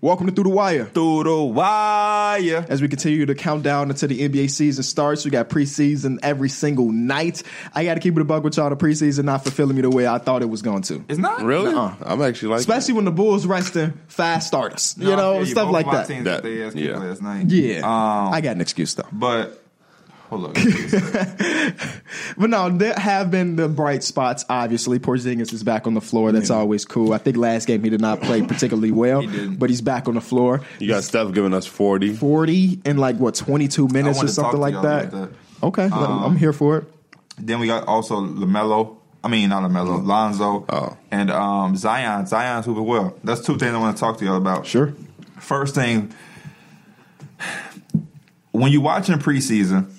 Welcome to Through the Wire. Through the wire. As we continue to count down until the NBA season starts, we got preseason every single night. I got to keep it a bug with y'all. The preseason not fulfilling me the way I thought it was going to. It's not Really? I'm actually like Especially when the Bulls resting five starters, No, you I know, feel stuff Both like of our that. Teams That- that they asked yeah. yeah. last night. Yeah, Um, I got an excuse though. but hold up. But no, there have been the bright spots. Obviously, Porzingis is back on the floor. That's always cool. I think last game he did not play particularly well, didn't. but he's back on the floor. you got Steph giving us 40. Forty in like what twenty two I minutes or wanted to talk something to like y'all that. about Um, Okay, I'm- I'm here for it. Then we got also Lamelo. I mean, not Lamelo, Lonzo, Oh. and um, Zion. Zion's hooping well. That's two things I want to talk to y'all about. Sure. First thing, when you watching preseason,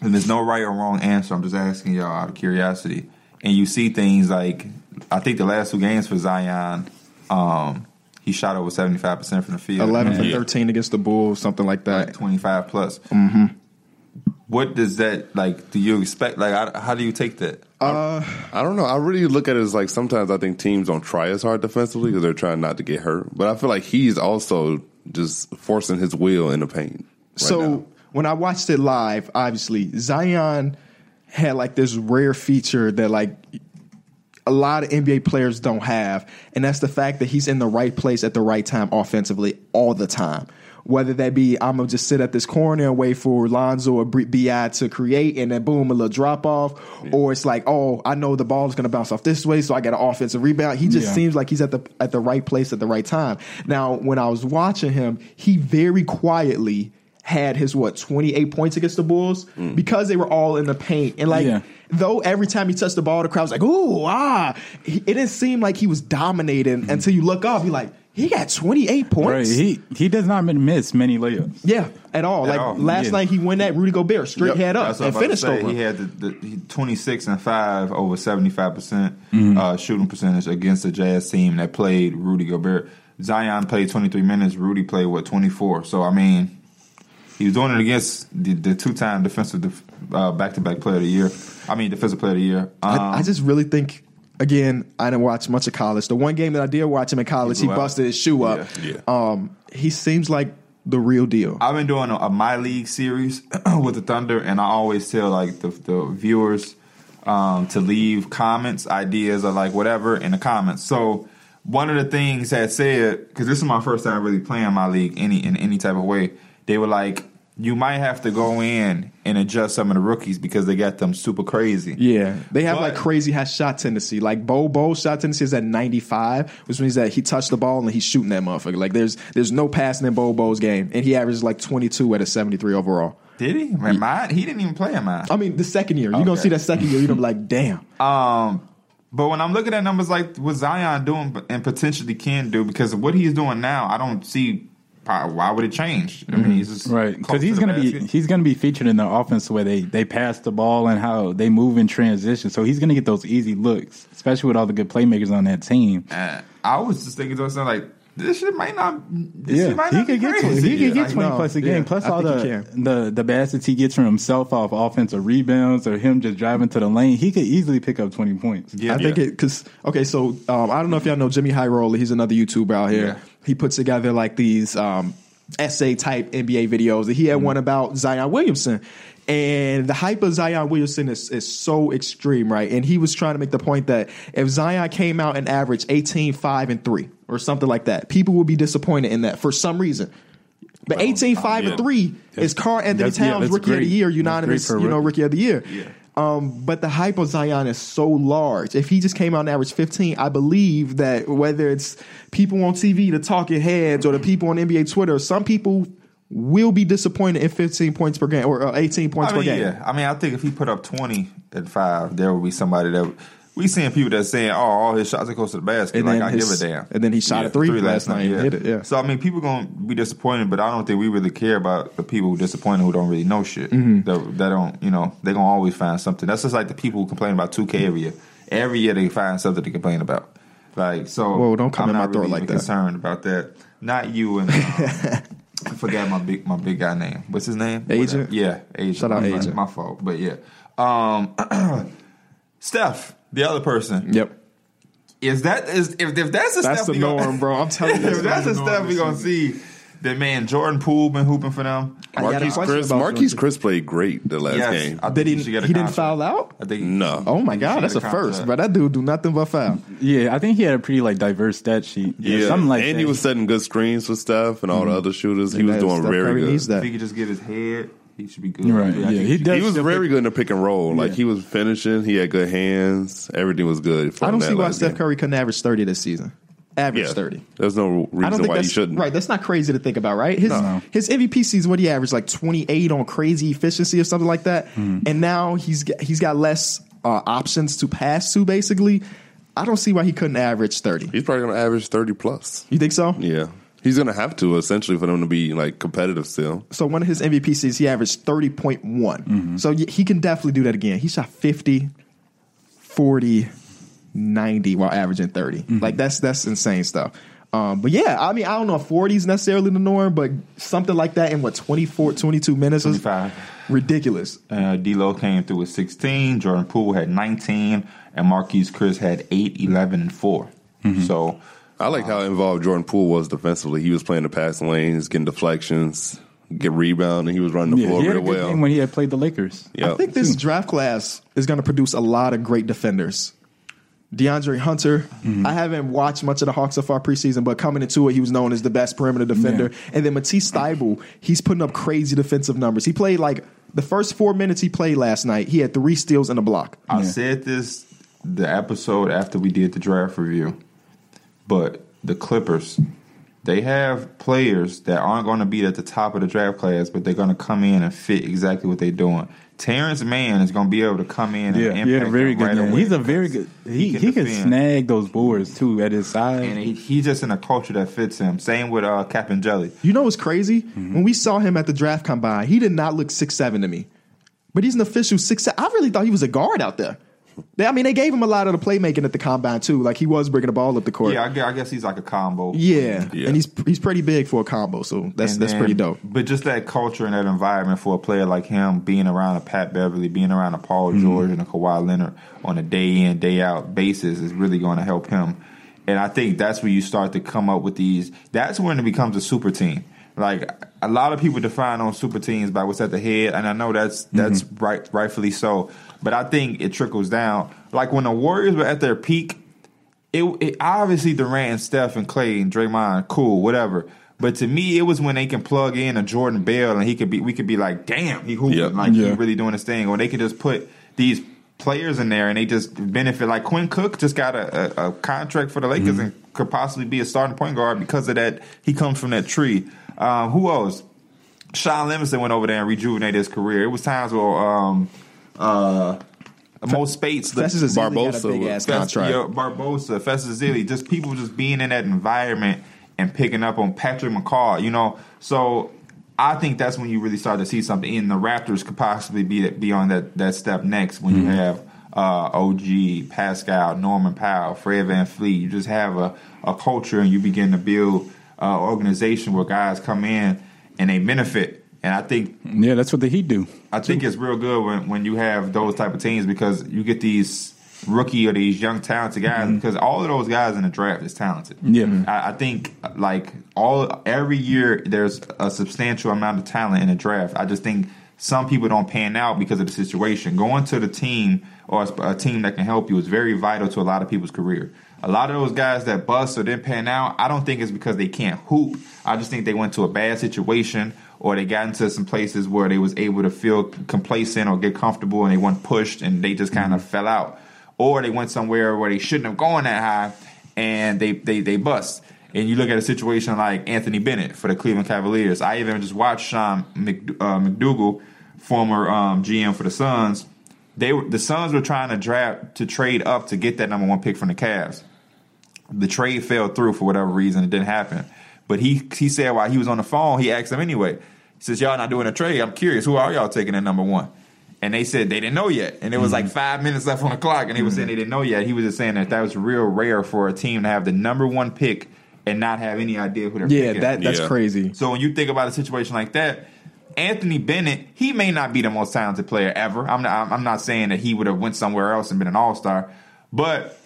and there's no right or wrong answer. I'm just asking y'all out of curiosity, and you see things like I think the last two games for Zion, um, he shot over 75 percent from the field, Eleven for And- Mm-hmm. Yeah. thirteen against the Bulls, something like that. 25 plus. Mm-hmm. What does that like? Do you expect like? I, how do you take that? I don't know. I really look at it as like sometimes I think teams don't try as hard defensively because they're trying not to get hurt. But I feel like he's also just forcing his will in the paint. right so now. when I watched it live, obviously Zion had like this rare feature that like a lot of NBA players don't have, and that's the fact that he's in the right place at the right time offensively all the time. Whether that be I'm gonna just sit at this corner and wait for Lonzo or Bri- Bi to create, and then boom, a little drop off, or it's like, oh, I know the ball is gonna bounce off this way, so I got an offensive rebound. He just Yeah. seems like he's at the at the right place at the right time. Now, when I was watching him, he very quietly had his what 28 points against the Bulls because they were all in the paint and like Yeah. though every time he touched the ball, the crowd was like, "Ooh, ah!" He, it didn't seem like he was Hmm. dominating until you look up. You're like, he got 28 Right, points. he he does not miss many layups. yeah, at all. At like all, last yeah. night, he went at Rudy Gobert straight Yep, head up That's what and I'm about to finished say. over. He him. had the, the he, 26 and five over 75 percent uh, shooting percentage against the Jazz team that played Rudy Gobert. Zion played 23 minutes. Rudy played what 24. So I mean, he was doing it against the, the two-time defensive def- uh, back-to-back player of the year. I mean, defensive player of the year. Um, I, I just really think. Again, I didn't watch much of college. The one game that I did watch him in college, he, blew out. busted his shoe up. Yeah. Um, he seems like the real deal. I've been doing a, a my league series with the Thunder, and I always tell like the, the viewers um, to leave comments, ideas, or like whatever in the comments. So one of the things that said because this is my first time really playing my league any in any type of way, they were like, you might have to go in and adjust some of the rookies because they got them super crazy. Yeah, they have But- like crazy high shot tendency. Like Bo Bo's shot tendency is at ninety five, which means that he touched the ball and he's shooting that motherfucker. Like there's there's no passing in Bo Bo's game, and he averages like twenty two at a seventy three overall. Did he? Man, mine, he didn't even play in mine. I mean, the second year you're gonna Okay. see that second year, you're gonna be like, damn. Um, but when I'm looking at numbers like what Zion doing and potentially can do, because of what he's doing now, I don't see why, why would it change. I mean, he's just Mm-hmm. Right, close because to he's the gonna be basket. he's gonna be featured in the offense where they they pass the ball and how they move in transition. So he's gonna get those easy looks, especially with all the good playmakers on that team. Uh, I was just thinking to myself like, this shit might not. This Yeah, shit might he not could be get crazy. twenty. He could Like, get twenty no, plus a yeah, game. plus I all think he the the the baskets he gets from himself off offensive rebounds or him just driving to the lane. He could easily pick up twenty points. Yeah. I think it because okay, so um, I don't know if y'all know Jimmy High Roller. He's another YouTuber out here. Yeah. He puts together like these um, essay type NBA videos. He Mm-hmm. had one about Zion Williamson, and the hype of Zion Williamson is, is so extreme, right? And he was trying to make the point that if Zion came out and averaged 18, 5, and three or something like that, people would be disappointed in that for some reason. But 18, 5, and yeah. 3 is Carl Anthony that's- yeah, Towns that's Rookie of great. the Year, That's great unanimous, for a you know, rookie. Rookie of the Year. Yeah. Um, but the hype on Zion is so large. If he just came out and averaged 15, I believe that whether it's people on TV, the talking heads, or the people on NBA Twitter, some people will be disappointed in 15 points per game or uh, 18 points I mean, per game. yeah. I mean, I think if he put up twenty and five, there would be somebody that we seeing people that saying, "Oh, all his shots are close to the basket." And like then I his- give a damn. and then he shot a three last night and hit it, yeah. So I mean, people gonna be disappointed, but I don't think we really care about the people who disappointed who don't really know shit. Mm-hmm. That, that don't, you know, they gonna always find something. That's just like the people who complain about two K every year. Every year they find something to complain about. Like so. Whoa, don't come I'm in my not throat really like even that. Concerned about that. Not you and. Um, I forgot my big my big guy name. What's his name? Agent? Whatever. Yeah, agent. Shout out my, Agent. My fault, but yeah. Um, Steph, the other person. Yep. Is that is if, if that's the That's stuff the we gonna- norm, bro. I'm telling you. if that's the stuff we gonna see, then man, Jordan Poole been hooping for them. I got a Marquise question Chris, about Marquise Georgia. Chris played great the last Yes, game. I think Did he? should He get a didn't contract. foul out. I think no. Oh my should god, get that's a a first, contract. bro. That dude do nothing but foul. Yeah, I think he had a pretty like diverse stat sheet. Yeah, something like and that. he was setting good screens for stuff and all the other shooters. He was Mm-hmm. That doing Steph very Curry good. needs If that. he could just get his head, he should be good. Right, I yeah, think he does- He was Still very good in the pick and roll. Like Yeah. he was finishing. He had good hands. Everything was good. for I him don't that see why last Steph game. Curry couldn't average thirty this season. Average Yeah, thirty. There's no I don't reason think why he that's shouldn't. right. That's not crazy to think about, right? His his MVP season, what he averaged like twenty eight on crazy efficiency or something like that, Hmm. and now he's got, he's got less uh, options to pass to. Basically, I don't see why he couldn't average thirty. He's probably going to average thirty plus. You think so? Yeah, he's going to have to essentially for them to be like competitive still. So one of his MVP seasons, he averaged thirty point one. So y- he can definitely do that again. He shot 50, 40, 90 while averaging 30 Like that's that's insane stuff. Um, but yeah, I mean, I don't know if 40 is necessarily the norm, but something like that in what 24, 22 minutes is 25. ridiculous. Uh, D'Lo came through with 16. Jordan Poole had 19, and Marquise Chris had 8, 11, and 4. Mm-hmm. So I like how involved Jordan Poole was defensively. He was playing the passing lanes, getting deflections, get rebound, and he was running the yeah, floor he had real a good well. game when he had played the Lakers. yeah, I think this draft class is going to produce a lot of great defenders. DeAndre Hunter, I haven't watched much of the Hawks so far preseason, but coming into it, he was known as the best perimeter defender. And then Matisse Steibel, he's putting up crazy defensive numbers. He played like the first four minutes he played last night, he had three steals and a block. I said this the episode after we did the draft review, but the Clippers, they have players that aren't going to be at the top of the draft class, but they're going to come in and fit exactly what they're doing. Terrence Mann is going to be able to come in and Yeah, impact he had a very them good right game. away He's a very good. He can he could defend. snag those boards too at his and side. he, he's just in a culture that fits him. Same with uh, Cap and Jelly. You know what's crazy? When we saw him at the draft combine, he did not look six seven to me, but he's an official six. I really thought he was a guard out there. They, I mean, they gave him a lot of the playmaking at the combine too. Like he was bringing the ball up the court. Yeah, I guess, I guess he's like a combo. Yeah. Yeah. and he's he's pretty big for a combo, so that's And that's then- pretty dope. But just that culture and that environment for a player like him, being around a Pat Beverly, being around a Paul Mm-hmm. George and a Kawhi Leonard on a day in day out basis is really going to help him. And I think that's where you start to come up with these. That's when it becomes a super team. Like a lot of people define on super teams by what's at the head, and I know that's Mm-hmm. that's right, rightfully so. But I think it trickles down. Like when the Warriors were at their peak, it, it obviously Durant and Steph and Clay and Draymond, cool, whatever. But to me, it was when they can plug in a Jordan Bell and he could be, we could be like, damn, he hooping, Yeah. like he Yeah. really doing his thing. Or they could just put these players in there and they just benefit. Like Quinn Cook just got a, a, a contract for the Lakers Mm-hmm. and could possibly be a starting point guard because of that. He comes from that tree. Um, who else? Sean Livingston went over there and rejuvenated his career. It was times where um, uh, Mo Spates, That's just a Barbosa big was- ass Fest- contract. yeah, Barbosa, Festus Zilli, just people just being in that environment and picking up on Patrick McCall, you know. So I think that's when you really start to see something. And the Raptors could possibly be be on that, that step next when you have uh, OG, Pascal, Norman Powell, Fred Van Fleet. You just have a, a culture and you begin to build uh, organization where guys come in and they benefit. And I think Yeah, that's what the Heat do. I think it's real good when, when you have those type of teams because you get these rookie or these young talented guys because all of those guys in the draft is talented. Yeah. Mhm. I, I think like all every year there's a substantial amount of talent in the draft. I just think some people don't pan out because of the situation. Going to the team or a sp- a team that can help you is very vital to a lot of people's career. A lot of those guys that bust or didn't pan out, I don't think it's because they can't hoop. I just think they went to a bad situation or they got into some places where they was able to feel complacent or get comfortable and they weren't pushed and they just kind of fell out or they went somewhere where they shouldn't have gone that high and they they they bust and you look at a situation like Anthony Bennett for the Cleveland Cavaliers. I even just watched Sean Mc, uh, McDougal, former um, GM for the Suns. They were, the Suns were trying to draft to trade up to get that number one pick from the Cavs the trade fell through for whatever reason. It didn't happen. But he he said while he was on the phone, he asked them anyway. He says, "Y'all not doing a trade? I'm curious. Who are y'all taking at number one?" And they said they didn't know yet. And it was Mm-hmm. like five minutes left on the clock, and he was saying they didn't know yet. He was just saying that that was real rare for a team to have the number one pick and not have any idea who they're yeah, picking. that that's Yeah. crazy. So when you think about a situation like that, Anthony Bennett, he may not be the most talented player ever. I'm not, I'm not saying that he would have went somewhere else and been an all star, but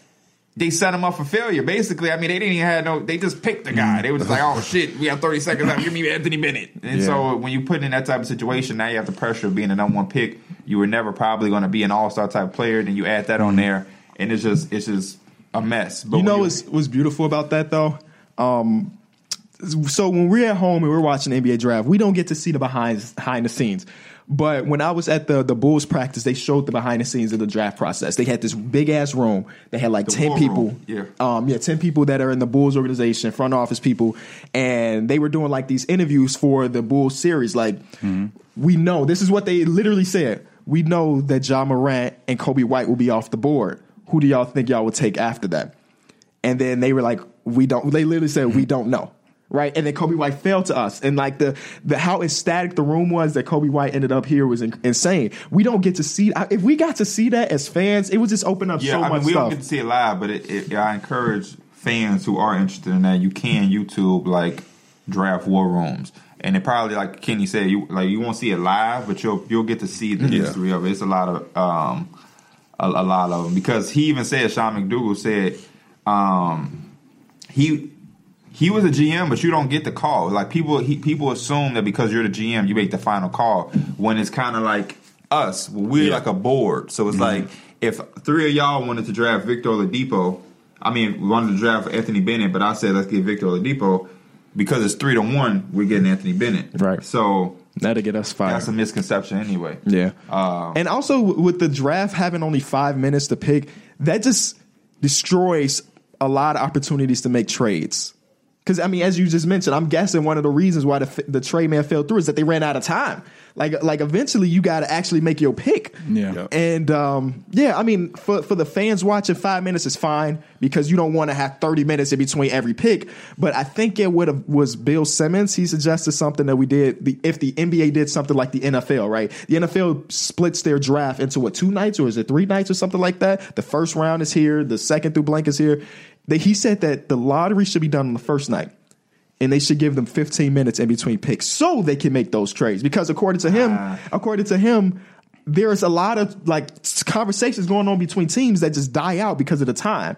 they set him up for failure. Basically, I mean, they didn't even have no. They just picked the Mm. guy. They were just like, "Oh shit, we have thirty seconds left. Give me Anthony Bennett." And Yeah. so, when you put in that type of situation, now you have the pressure of being a number one pick. You were never probably going to be an all star type player. Then you add that on there, and it's just it's just a mess. But Mm. You when know what's, what's beautiful about that though? Um, so when we're at home and we're watching the NBA draft, we don't get to see the behind behind the scenes. But when I was at the the Bulls practice, they showed the behind the scenes of the draft process. They had this big ass room. They had like ten war people. room, yeah. um, yeah, ten people that are in the Bulls organization, front office people, and they were doing like these interviews for the Bulls series. Like, Mm-hmm. we know this is what they literally said. We know that John Morant and Kobe White will be off the board. Who do y'all think y'all would take after that? And then they were like, we don't. They literally said we don't know, right? And then Kobe White fell to us, and like the the how ecstatic the room was that Kobe White ended up here was in, insane. We don't get to see I- if we got to see that as fans, it would just open up yeah, so I mean, much we stuff. don't get to see it live, but it, it, I encourage fans who are interested in that. You can YouTube like draft war rooms, and it probably like Kenny said, you like you won't see it live, but you'll you'll get to see the history of it. It's a lot of um, a, a lot of them because he even said Sean McDougal said um, he. He was a GM, but you don't get the call. Like people, he, people assume that because you're the GM, you make the final call. When it's kind of like us, we're like a board. So Mm-hmm. it's like if three of y'all wanted to draft Victor Oladipo, I mean, we wanted to draft Anthony Bennett, but I said let's get Victor Oladipo because it's three to one. We're getting Anthony Bennett, Right. So That'll get us fired. that's a misconception, anyway. Um, Yeah. and also w- with the draft having only five minutes to pick, that just destroys a lot of opportunities to make trades. Because I mean, as you just mentioned, I'm guessing one of the reasons why the, f- the trade man fell through is that they ran out of time. Like, like eventually you got to actually make your pick. Yeah. Yeah. And um, yeah, I mean, for for the fans watching, five minutes is fine because you don't want to have thirty minutes in between every pick. But I think it would have was Bill Simmons. He suggested something that we did. The, if the NBA did something like the NFL, right? The NFL splits their draft into what two nights or is it three nights or something like that? The first round is here. The second through blank is here. They, he said that the lottery should be done on the first night and they should give them 15 minutes in between picks so they can make those trades because according to him according to him there is a lot of like s- conversations going on between teams that just die out because of the time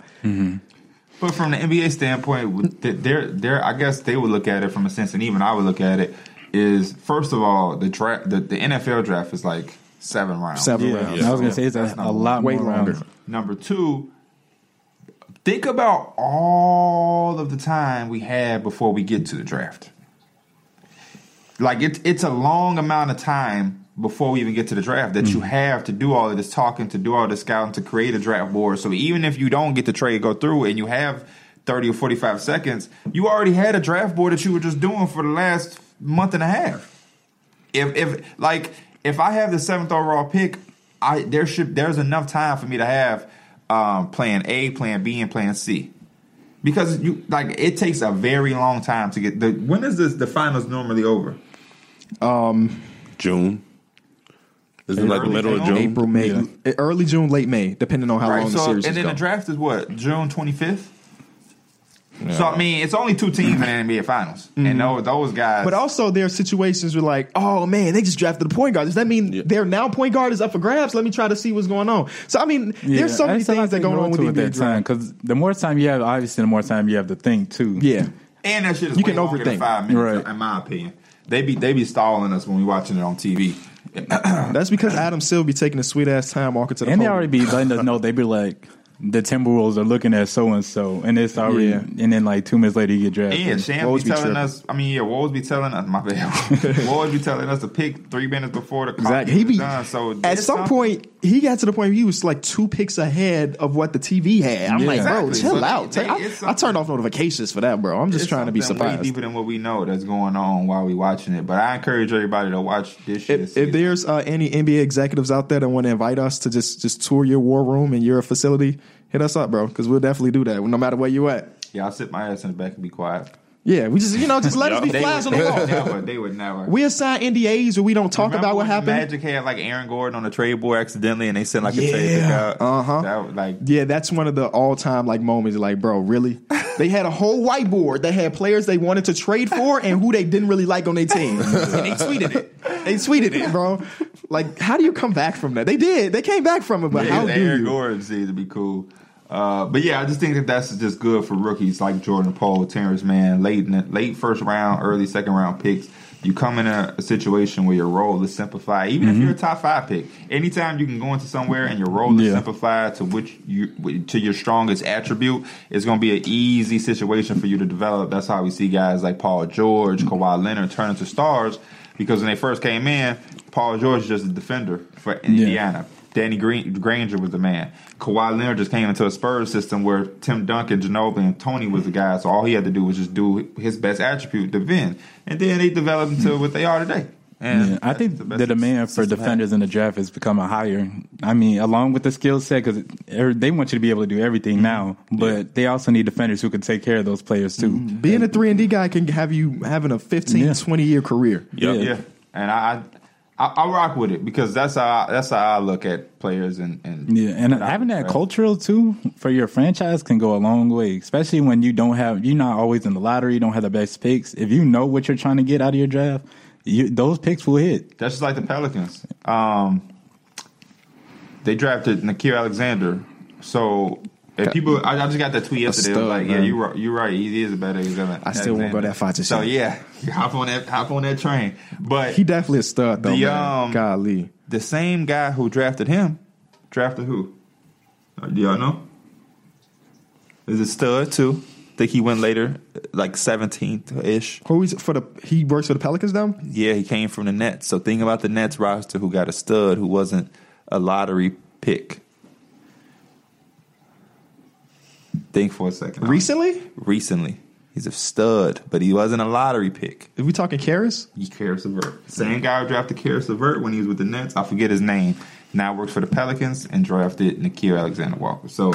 But from the NBA standpoint, with th- they're, they're, I guess they would look at it from a sense, and even I would look at it is first of all the draft, the, the NFL draft is like seven rounds. several Yeah. rounds I was gonna say it's a, a lot way more um, longer. rounds. Number two, think about all of the time we had before we get to the draft. Like it's it's a long amount of time before we even get to the draft that you have to do all of this talking, to do all this scouting, to create a draft board. So even if you don't get the trade go through and you have thirty or forty five seconds, you already had a draft board that you were just doing for the last month and a half if if like if I have the seventh overall pick, I there should there's enough time for me to have um, plan A, plan B, and plan C. Because you like it takes a very long time to get the when is this the finals normally over? June. Isn't it like the Early middle of June? June? april may early june late may depending on how Right. long So the and series is then the going. draft is what June twenty fifth. So I mean, it's only two teams in the NBA Finals, and those, those guys. Mm-hmm. but also there are situations where like oh man they just drafted a point guard does that mean their now point guard is up for grabs let me try to see what's going on so i mean there's so many things that go on with the NBA draft because the more time you have, obviously, the more time you have to think too. yeah And that shit is You way can longer than overthink. five minutes, Right. in my opinion. They be they be stalling us when we watching it on TV. that's because adam Silver be taking a sweet ass time walking to the and they podium. already be letting us know they be like the Timberwolves are looking at so and so, and it's already, Yeah. and then like two minutes later you get drafted. Yeah, Shams Wolves be be telling tripping. us. I mean, yeah, Wolves be telling us. My bad. Wolves be telling us to pick three minutes before the clock Exactly. He is be done. So at it's some something. point he got to the point where he was like two picks ahead of what the TV had. I'm Yeah. like, bro, Exactly. chill So out. they- Take- I- it's I, turned off notifications for that, bro. I'm just it's trying to be something way surprised. deeper than what we know that's going on while we watching it. But I encourage everybody to watch this shit. If, See- if there's uh, any NBA executives out there that want to invite us to just just tour your war room and your facility, hit us up, bro, because we'll definitely do that, no matter where you at. yeah, I'll sit my ass in the back and be quiet. Yeah, we just you know just let us be They flies would, on the they wall. would never. They would never. We assign NDAs where we don't talk Remember about what when happened. Magic had like Aaron Gordon on the trade board accidentally, and they sent like a trade pick Yeah. out. Uh-huh. That was like Yeah, that's one of the all time like moments. Like, bro, really? They had a whole whiteboard that had players they wanted to trade for and who they didn't really like on their team, and they tweeted it. They tweeted it, bro. Like, how do you come back from that? They did. They came back from it, but Yeah, how the do Aaron you? Gordon seemed to be cool. Uh, but yeah, I just think that that's just good for rookies like Jordan Poole, Terrence Mann, late in the, late first round, early second round picks. You come in a, a situation where your role is simplified, even if you're a Mm-hmm. top five pick. Anytime you can go into somewhere and your role is Yeah. simplified to which you to your strongest attribute, it's going to be an easy situation for you to develop. That's how we see guys like Paul George, Mm-hmm. Kawhi Leonard turn into stars because when they first came in, Paul George is just a defender for Indiana. Danny Green, Granger was the man. Kawhi Leonard just came into a Spurs system where Tim Duncan, Ginobili, and Tony was the guy. So all he had to do was just do his best attribute, defend, and then they developed into what they are today. And Mm-hmm. Yeah, I think that's the, best demand for system defenders in the draft is becoming higher. I mean, along with the skill set, because they want you to be able to do everything now, but they also need defenders who can take care of those players too. Being a three and D guy can have you having a 15, Yeah. 20 year career. Yeah. Yeah, and I, I, I rock with it because that's how I, that's how I look at players and and Yeah, and having that right. cultural too for your franchise can go a long way, especially when you don't have you're not always in the lottery, you don't have the best picks. If you know what you're trying to get out of your draft, you, those picks will hit. That's just like the Pelicans. Um, they drafted Nikhil Alexander. So if people, I, I just got that tweet yesterday. It was stud, like, yeah, man. you're right. You're right. He is a better example. I still won't go that far to So say. yeah, you hop on that. Hop on that train. But He definitely a stud though. The, man. um, Golly, the same guy who drafted him drafted who? Uh, Do y'all know? Is it stud too? Think he went later, like seventeenth ish. who is for the? He works for the Pelicans now. Yeah, he came from the Nets. So think about the Nets roster who got a stud who wasn't a lottery pick. Think for a second. Recently, Recently. He's a stud, but he wasn't a lottery pick. if we talking Karis, Karis LeVert. Same guy who drafted Karis LeVert when he was with the Nets. I forget his name. Now works for the Pelicans and drafted Nikhil Alexander Walker. So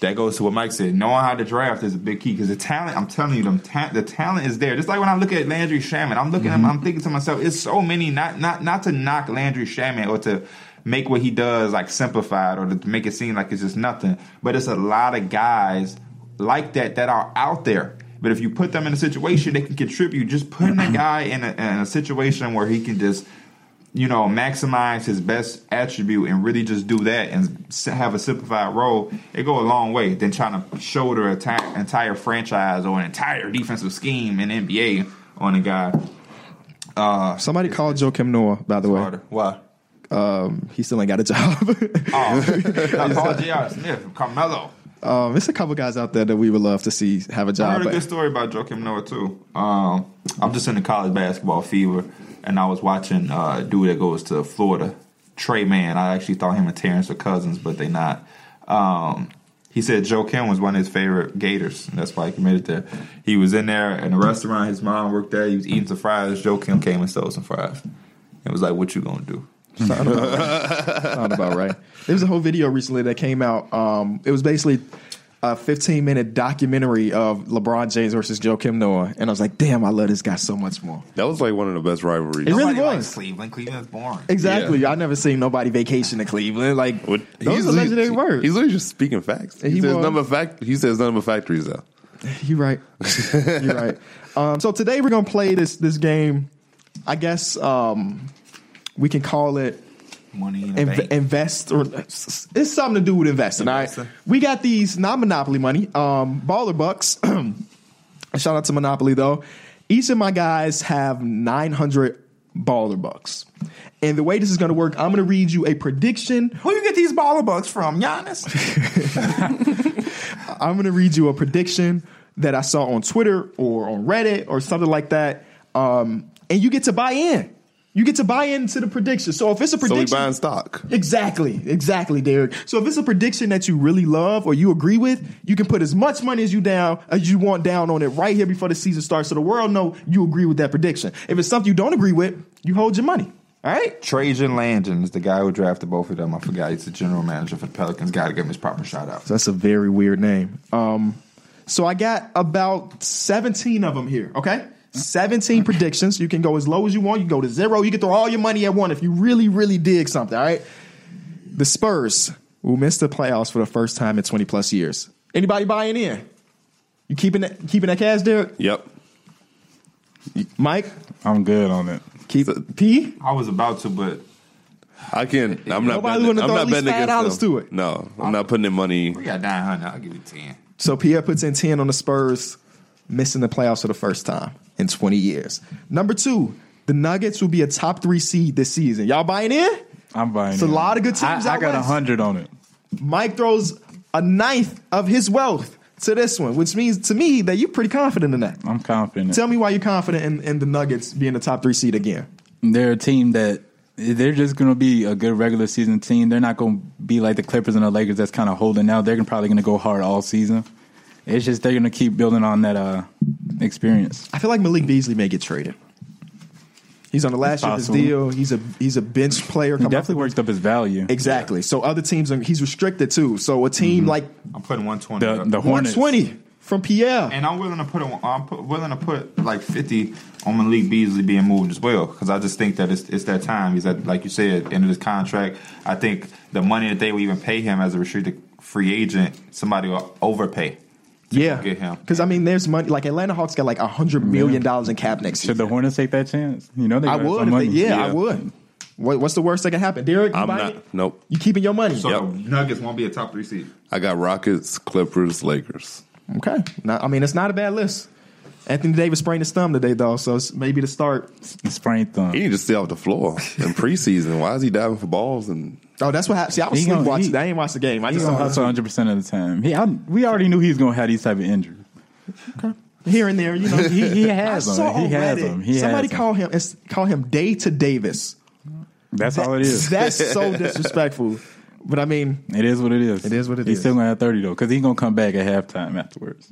that goes to what Mike said. Knowing how to draft is a big key because the talent. I'm telling you, them ta- the talent is there. Just like when I look at Landry Shaman, I'm looking. at him, I'm thinking to myself, it's so many. Not not not to knock Landry Shaman or to make what he does like simplified or to make it seem like it's just nothing. But it's a lot of guys like that that are out there. But if you put them in a situation, they can contribute. Just putting a guy in a, in a situation where he can just you know, maximize his best attribute and really just do that and s- have a simplified role, it go a long way than trying to shoulder an entire, entire franchise or an entire defensive scheme in NBA on a guy. somebody called Joe Kim Noah. By the way, Carter. Why? he still ain't got a job. Oh, I called J.R. Smith, Carmelo. Um, there's a couple guys out there that we would love to see have a I job. heard a good But story about Joakim Noah too. Um, I'm just in the college basketball fever, and I was watching uh, a dude that goes to Florida, Trey Man. I actually thought him and Terrence were cousins, but they not. Um, he said Joakim was one of his favorite Gators. and that's why he committed there. He was in there in a restaurant. His mom worked there. He was eating some fries. Joakim came and stole some fries. It was like, "What you gonna do?" sound about right. There was a whole video recently that came out. Um, it was basically a 15 minute documentary of LeBron James versus Joe Kim Noah, and I was like, damn, I love this guy so much more. That was like one of the best rivalries. It really Nobody likes was. Cleveland. Cleveland's boring. Exactly. Yeah. I never seen nobody vacation to Cleveland. Like What- those are he's- legendary he's- words. He's literally just speaking facts. He, He says was. number fact. He says number factories though. You're right. You're right. Um, so today we're gonna play this this game. I guess um, we can call it Money in the Inv- bank. invest or it's something to do with investing. All right, Investing. we got these non monopoly money, um, baller bucks. Shout out to Monopoly though. Each of my guys have nine hundred baller bucks, and the way this is going to work, I'm going to read you a prediction. Who you get these baller bucks from, Giannis? I'm going to read you a prediction that I saw on Twitter or on Reddit or something like that, um, and you get to buy in. You get to buy into the prediction. So if it's a So we prediction, buying stock. Exactly, exactly, Derek. So if it's a prediction that you really love or you agree with, you can put as much money as you down as you want down on it right here before the season starts, so the world know you agree with that prediction. If it's something you don't agree with, you hold your money. All right. Trajan Landon is the guy who drafted both of them. I forgot he's the general manager for the Pelicans. Got to give him his proper shout out. That's a very weird name. Um, so I got about seventeen of them here. Okay. 17 predictions. You can go as low as you want. You can go to zero. You can throw all your money at one if you really, really dig something. All right. the Spurs will miss the playoffs for the first time in 20 plus years. Anybody buying in? You keeping that keeping that cash, Derek? Yep. Mike? I'm good on it. Keep P? I was about to, but I can. I'm not. Nobody Betting, wanna I'm throw not at least betting $5 against them. to it. No, I'm not putting in money. We got nine hundred. I'll give you ten. So Pierre puts in 10 on the Spurs, missing the playoffs for the first time in 20 years. Number two, the Nuggets will be a top three seed this season. Y'all buying in? I'm buying. It's a it. lot of good teams I, I out got a west. hundred on it. Mike throws a ninth of his wealth to this one, which means to me that you're pretty confident in that. I'm confident. Tell me why you're confident in, in the Nuggets being the top three seed again. they're a team that they're just going to be a good regular season team. They're not going to be like the Clippers and the Lakers that's kind of holding out. They're gonna, probably going to go hard all season. It's just they're going to keep building on that uh, experience. I feel like Malik Beasley may get traded. He's on the last year of his possible. deal. He's a he's a bench player. He coming off the definitely worked up his value. Exactly. So other teams, are, he's restricted too. So a team Mm-hmm. like I'm putting one twenty. The the Hornets. 120 from Pierre. and I'm willing to put a, I'm put, willing to put like 50 on Malik Beasley being moved as well because I just think that it's, it's that time. He's at like you said, end of his contract. I think the money that they will even pay him as a restricted free agent, somebody will overpay. Yeah, Get him. because I mean, there's money. Like Atlanta Hawks got like a hundred million dollars in cap next Should year. the Hornets take that chance? You know they I got would. some If they, money. yeah, I Yeah. would. What, what's the worst that can happen, Derek? You I'm buying not. it? Nope. You keeping your money? So the Nuggets won't be a top three seed. I got Rockets, Clippers, Lakers. Okay. Not, I mean, it's not a bad list. Anthony Davis sprained his thumb today, though, so it's maybe the start. Sprain thumb. He need to stay off the floor in preseason. Why is he diving for balls? And Oh, that's what happened. See, I was He gonna- sleep watching. he- I ain't watched the game. I He's just gonna saw hustle 100 percent of the time. He, I, we already knew he was gonna have these type of injuries. here and there. You know, He, he I has saw them. He on has Reddit. them. He Somebody has 'em. call him. It's, call him Day to Davis. That's all it is. That's so disrespectful. But I mean, It is what it is. It is what it He's is. still gonna have thirty though, because he's gonna come back at halftime afterwards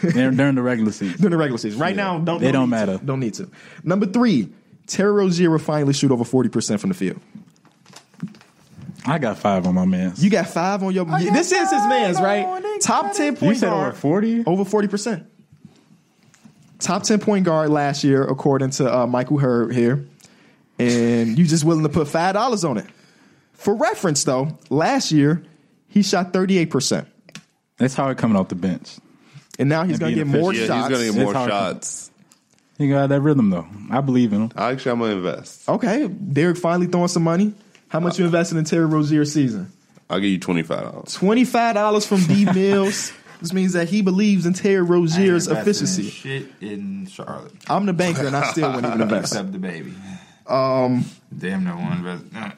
during, during the regular season. during the regular season. Right now, don't They no need don't matter. To, don't need to. Number three, Terry Rozier will finally shoot over forty percent from the field. I got five on my man. You got five on your. got this is his five man's on right. it. Top ten You point said over guard forty. over forty percent. Top ten point guard last year, according to uh, Michael Herb here, and you just willing to put five dollars on it. For reference, though, last year he shot thirty eight percent, That's Howard coming off the bench. and now he's going to being get more yeah, shots. he's gonna get It's more hard to- shots. He got that rhythm though. I believe in him. Actually, I'm gonna invest. okay, Derek finally throwing some money. How much Uh, you invested in Terry Rozier's season? I'll give you twenty five dollars. twenty five dollars from D Mills. This means that he believes in Terry Rozier's I ain't investing in efficiency. Shit in Charlotte, I'm the banker, and I still wouldn't even invest. except the baby. Um, damn, no one uh, invest. nah.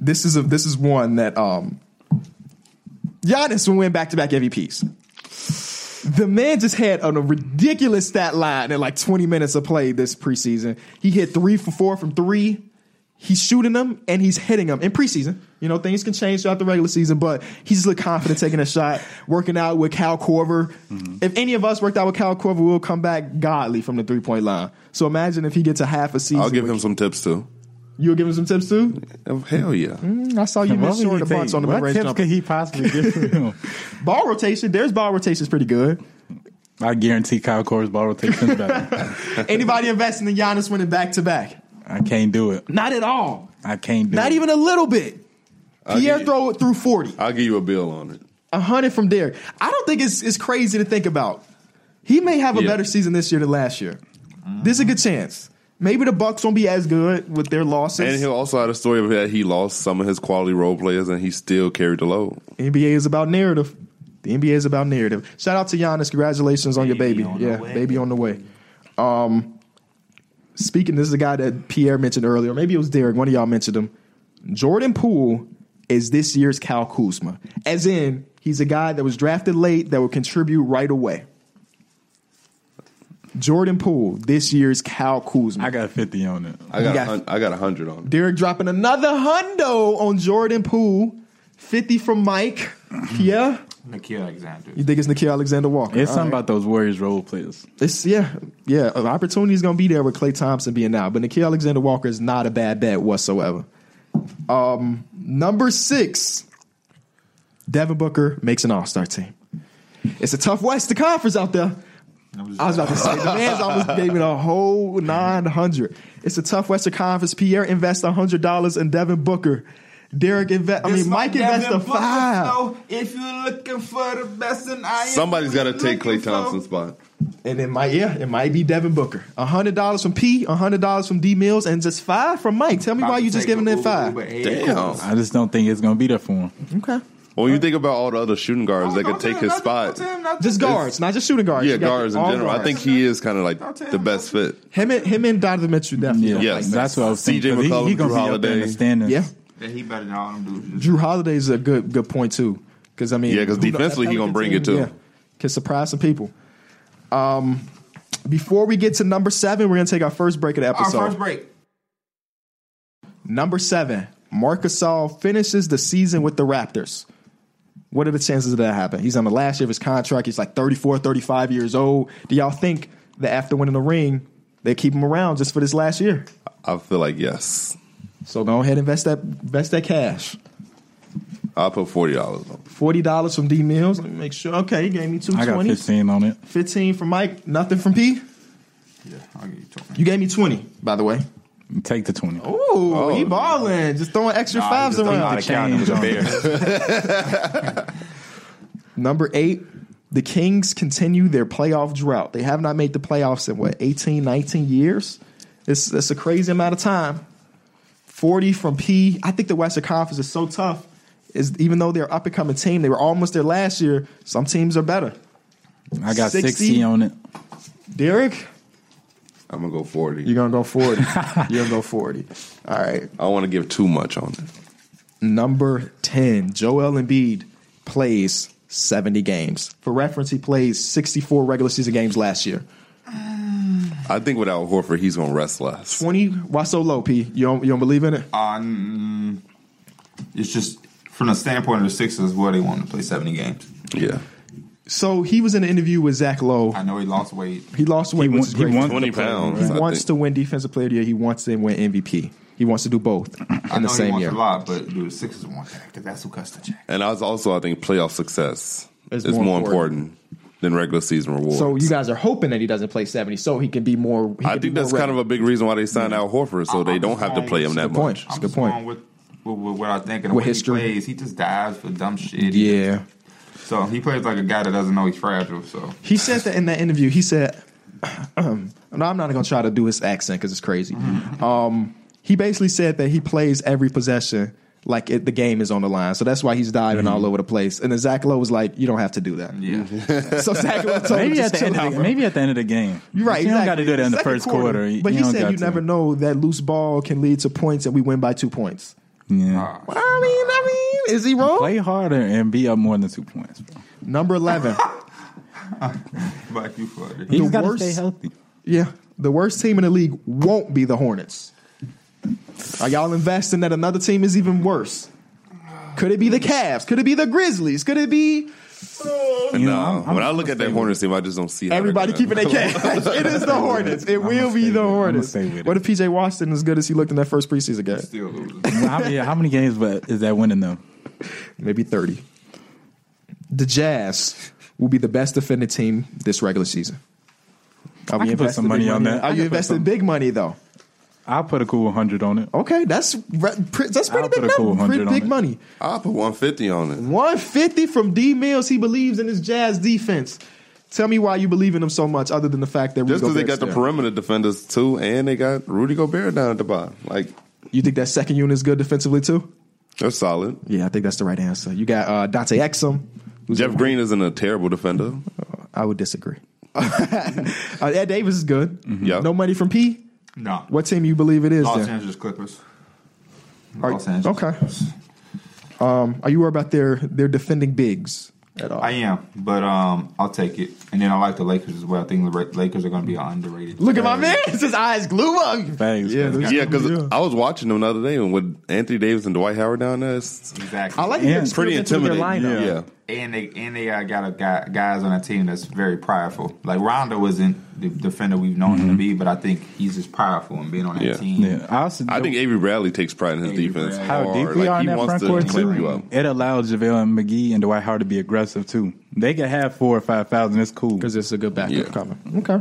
This is a this is one that um, Giannis will win back to back MVPs. The man just had a ridiculous stat line in like 20 minutes of play this preseason. He hit three for four from three. He's shooting them and he's hitting them in preseason. You know, things can change throughout the regular season, but he's look confident taking a shot, working out with Cal Corver. If any of us worked out with Cal Corver, we'll come back godly from the three point line. So imagine if he gets a half a season. I'll give with- him some tips too. You'll give him some tips too? Oh, Hell yeah! I saw you What miss would short he a bunch take? on the mid what range tips jumper. could he possibly give for him? Ball rotation, there's ball rotation is pretty good. I guarantee Kyle Korver's ball rotation is better. Anybody investing in Giannis winning back to back? I can't do it. Not at all. I can't do Not it. even a little bit. Pierre get you. throw it through 40. I'll give you a bill on it. 100 from Derek. I don't think it's, it's crazy to think about. He may have a Yeah. better season this year than last year. There's a good chance. Maybe the Bucks won't be as good with their And losses. he'll also had a story of that he lost some of his quality role players, and he still carried the load. NBA is about narrative. The NBA is about narrative. Shout out to Giannis. Congratulations on Baby your on baby. the yeah, way. baby on the way. Um, speaking, this is a guy that Pierre mentioned earlier. Maybe it was Derek. One of y'all mentioned him. Jordan Poole is this year's Cal Kuzma. As in, he's a guy that was drafted late that will contribute right away. Jordan Poole, this year's Cal Kuzma. I got fifty on it. I got, got- a hun- I got a hundred on it. Derek dropping another hundo on Jordan Poole. 50 from Mike. Yeah. Nikhil Alexander. You think it's Nikhil Alexander Walker? It's All something right. about those Warriors role players. It's yeah, yeah. An opportunity is going to be there with Clay Thompson being out, but Nikhil Alexander Walker is not a bad bet whatsoever. Um, number six, Devin Booker makes an All Star team. It's a tough West the conference out there. I was about to say the man's almost gave it a whole nine hundred. It's a tough Western Conference. Pierre invests hundred dollars in Devin Booker. Derek invest. I This mean, my Mike invests a Devin Booker, five. so if you're looking for the best, and I am Somebody's got to looking take Clay for- Thompson's spot. And it might, yeah, it might be Devin Booker. hundred dollars from P, hundred dollars from D Mills, and just five from Mike. Tell me why you just giving it five. Damn. I just don't think it's gonna be there for him. Okay, When you think about all the other shooting guards that could Don't tell take him his nothing, don't spot, tell him nothing. just guards, not just shooting guards. yeah, You got guards in all general, I guards. think he is kind of Don't tell like the him best fit. him and him and Donovan Mitchell definitely. Yeah, look Yes. like that. that's what I was CJ thinking. 'cause he- McCollum, he, gonna Jrue be up there in the Holiday. standings. yeah. Yeah, he better than all them dudes. Drew Holiday is a good good point too. Because I mean, Yeah, 'cause who kno- defensively he gonna bring it, Pelican too. team, can surprise some people. Um, before we get to number seven, we're gonna take our first break of the Our episode. first break. Number seven, Marcus All finishes the season with the Raptors. What are the chances of that happen? He's on the last year of his contract. He's like 34, 35 years old. Do y'all think that after winning the ring, they keep him around just for this last year? I feel like yes, So go ahead and invest that invest that cash. I'll put forty dollars on. Forty dollars from D Mills. Let me make sure. Okay, he gave me two I got twenty. 15 on it. Fifteen from Mike. Nothing from P. Yeah, I'll give you twenty. You gave me twenty, by the way. Take the 20. Ooh, he balling. Just throwing extra fives around. Change on it. Number eight, the Kings continue their playoff drought. They have not made the playoffs in what, 18, 19 years? It's, it's a crazy amount of time. 40 from P. I think the Western Conference is so tough. Is even though they're an up and coming team, they were almost there last year. Some teams are better. I got 60. 60 on it. Derek, I'm gonna go forty. you're gonna go 40. you're gonna go 40. All right. I don't want to give too much on it. Number 10, Joel Embiid plays 70 games. For reference, he plays 64 regular season games last year. I think without Horford, he's gonna rest less. 20, why so low, P? You don't, you don't believe in it? Uh, On mm, it's just from the standpoint of the Sixers, where they want to play seventy games. Yeah, So he was in an interview with Zach Lowe. I know he lost weight. He lost weight. He which won- is he great. won- twenty pounds. He I wants think. to win Defensive Player of the Year. He wants to win MVP. He wants to do both I in the know he same wants year. a lot, but dude, the Sixers want that because that's who cuts the check. And I was also, I think, playoff success It's is more more, important. important. than regular season rewards. So you guys are hoping that he doesn't play 70 so he can be more. he I can be think that's more kind of ready. a big reason why they signed out Horford, so I- they I'm don't have to fine. play him It's that good point. much. It's a I'm good just point. going with, with, with what I think and With what history. he plays. He just dives for dumb shit. Yeah. So he plays like a guy that doesn't know he's fragile. So He said that in that interview. He said, no, I'm not going to try to do his accent because it's crazy. Mm-hmm. Um, he basically said that he plays every possession like it, the game is on the line. So that's why he's diving Mm-hmm. all over the place. And then Zach Lowe was like, you don't have to do that. yeah, So Zach Lowe told him, Maybe just at, chill the end out, of the, bro. maybe at the end of the game. You're right. You don't got exactly. to do that in the Second first quarter. But he don't said got you to. never know that loose ball can lead to points and we win by two points. Yeah. I mean, I mean, is he wrong? Play harder and be up more than two points. Bro. Number 11. but you fucked He's got to worst- stay healthy. yeah. The worst team in the league won't be the Hornets. Are y'all investing that another team is even worse? Could it be the Cavs? Could it be the Grizzlies? Could it be no, know, I'm- I'm when I just look gonna at that stay Hornets team, I just don't see how everybody they're keeping gonna- their cash? it is the Hornets. It will be the stay with it. I'ma Hornets. stay with it. What if PJ Washington as good as he looked in that first preseason game? still losing. how, many- how many games but is that winning them? maybe 30. The Jazz will be the best defending team this regular season. Are I can put investing some big money on that. I Are can you put investing some- big money though? I'll put a cool 100 on it. Okay, that's re- pre- that's pretty I'll big put a cool number. Pretty 100 on big it. money. I'll put one fifty on it. 150 from D Mills. He believes in his Jazz defense. Tell me why you believe in him so much, other than the fact that Just Rudy because they got Gobert's the there. perimeter defenders too, and they got Rudy Gobert down at the bottom. Like You think that second unit is good defensively too? they're solid. Yeah, I think that's the right answer. You got uh, Dante Exum. Who's Jeff Green isn't a terrible defender. I would disagree. uh, Ed Davis is good. Mm-hmm. Yeah. No money from P. No, What team you believe it is? Los then? Angeles Clippers. Are- Los Angeles. okay. Um, Clippers. Are you worried about their their defending bigs at all? I am, but um, I'll take it. And then I like the Lakers as well. I think the Ra- Lakers are going to be an underrated. Look at my man. His eyes glue up. Thanks. Yeah, bro. this- Yeah, because Yeah. I was watching them the other day, and with Anthony Davis and Dwight Howard down there, it's Exactly. I like Yeah, their it's pretty experience with their intimidating. lineup. Yeah. and they and they uh, got a guy, guys on that team that's very powerful. Like Rondo isn't the defender we've known him to be, but I think he's just powerful and being on that Mm-hmm. Yeah. team. Yeah. I, also, I think Avery Bradley takes pride in his Avery defense. Bradley. how hard. deep we Like, are he in that wants front to court clip too. you up. It allows JaVale and McGee and Dwight Howard to be aggressive too. They can have four or five thousand. It's cool. because it's a good backup Yeah. cover. Okay.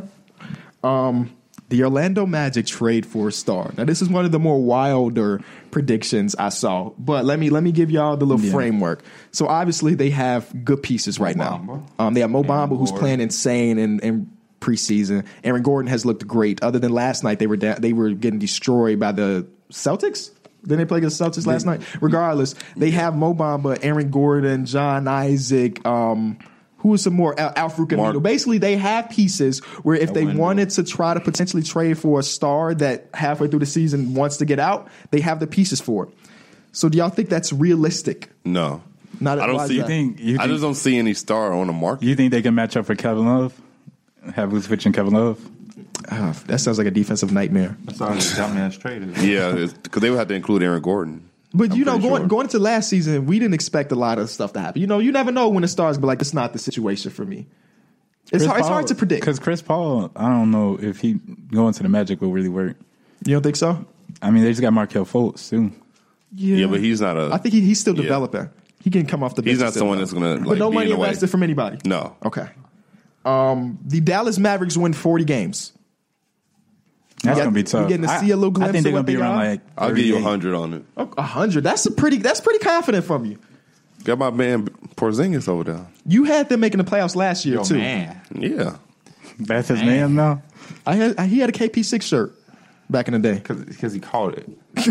Um, the Orlando Magic trade for a star. Now, this is one of the more wilder predictions I saw, but let me let me give y'all the little Yeah. framework. So obviously they have good pieces right now. Bamba. Um, they have Mo Bamba, who's Lord. playing insane and and preseason. Aaron Gordon has looked great. Other than last night, they were down, they were getting destroyed by the Celtics. Then they play against the Celtics last night. Regardless, they have Mo Bamba, Aaron Gordon, John Isaac. Um, who is some more Al- Alfred Mark- Camino? Basically, they have pieces where if they Wendell. wanted to try to potentially trade for a star that halfway through the season wants to get out, they have the pieces for it. So, do y'all think that's realistic? No, Not I don't why see. is You that? think- you I think- just don't see any star on the market. You think they can match up for Kevin Love? Have who's pitching Kevin Love? Ah, that sounds like a defensive nightmare. That's all this dumbass trade is. Yeah, because they would have to include Aaron Gordon. But I'm you know, pretty going sure. going into last season, we didn't expect a lot of stuff to happen. You know, you never know when the stars be like, it's not the situation for me. It's hard, it's hard to predict. because Chris Paul. I don't know if he going to the Magic will really work. You don't think so? I mean, they just got Markel Fultz too. Yeah, but he's not a. I think he, he's still Yeah. developing. He can come off the bench. he's not and still someone develop. that's gonna. Like, But no be money in the way. invested from anybody. No, Okay. Um, the Dallas Mavericks win forty games. That's Yeah, gonna be you tough. getting to I- see a little glimpse I think they're of gonna what be they around got? like. I'll give you a 38. hundred on it. Oh, A hundred. That's a pretty. That's pretty confident from you. Got my man Porzingis over there. You had them making the playoffs last year Yo, too. man. Yeah, That's his man now. I had. I, he had a KP six shirt back in the day. Because he called it. we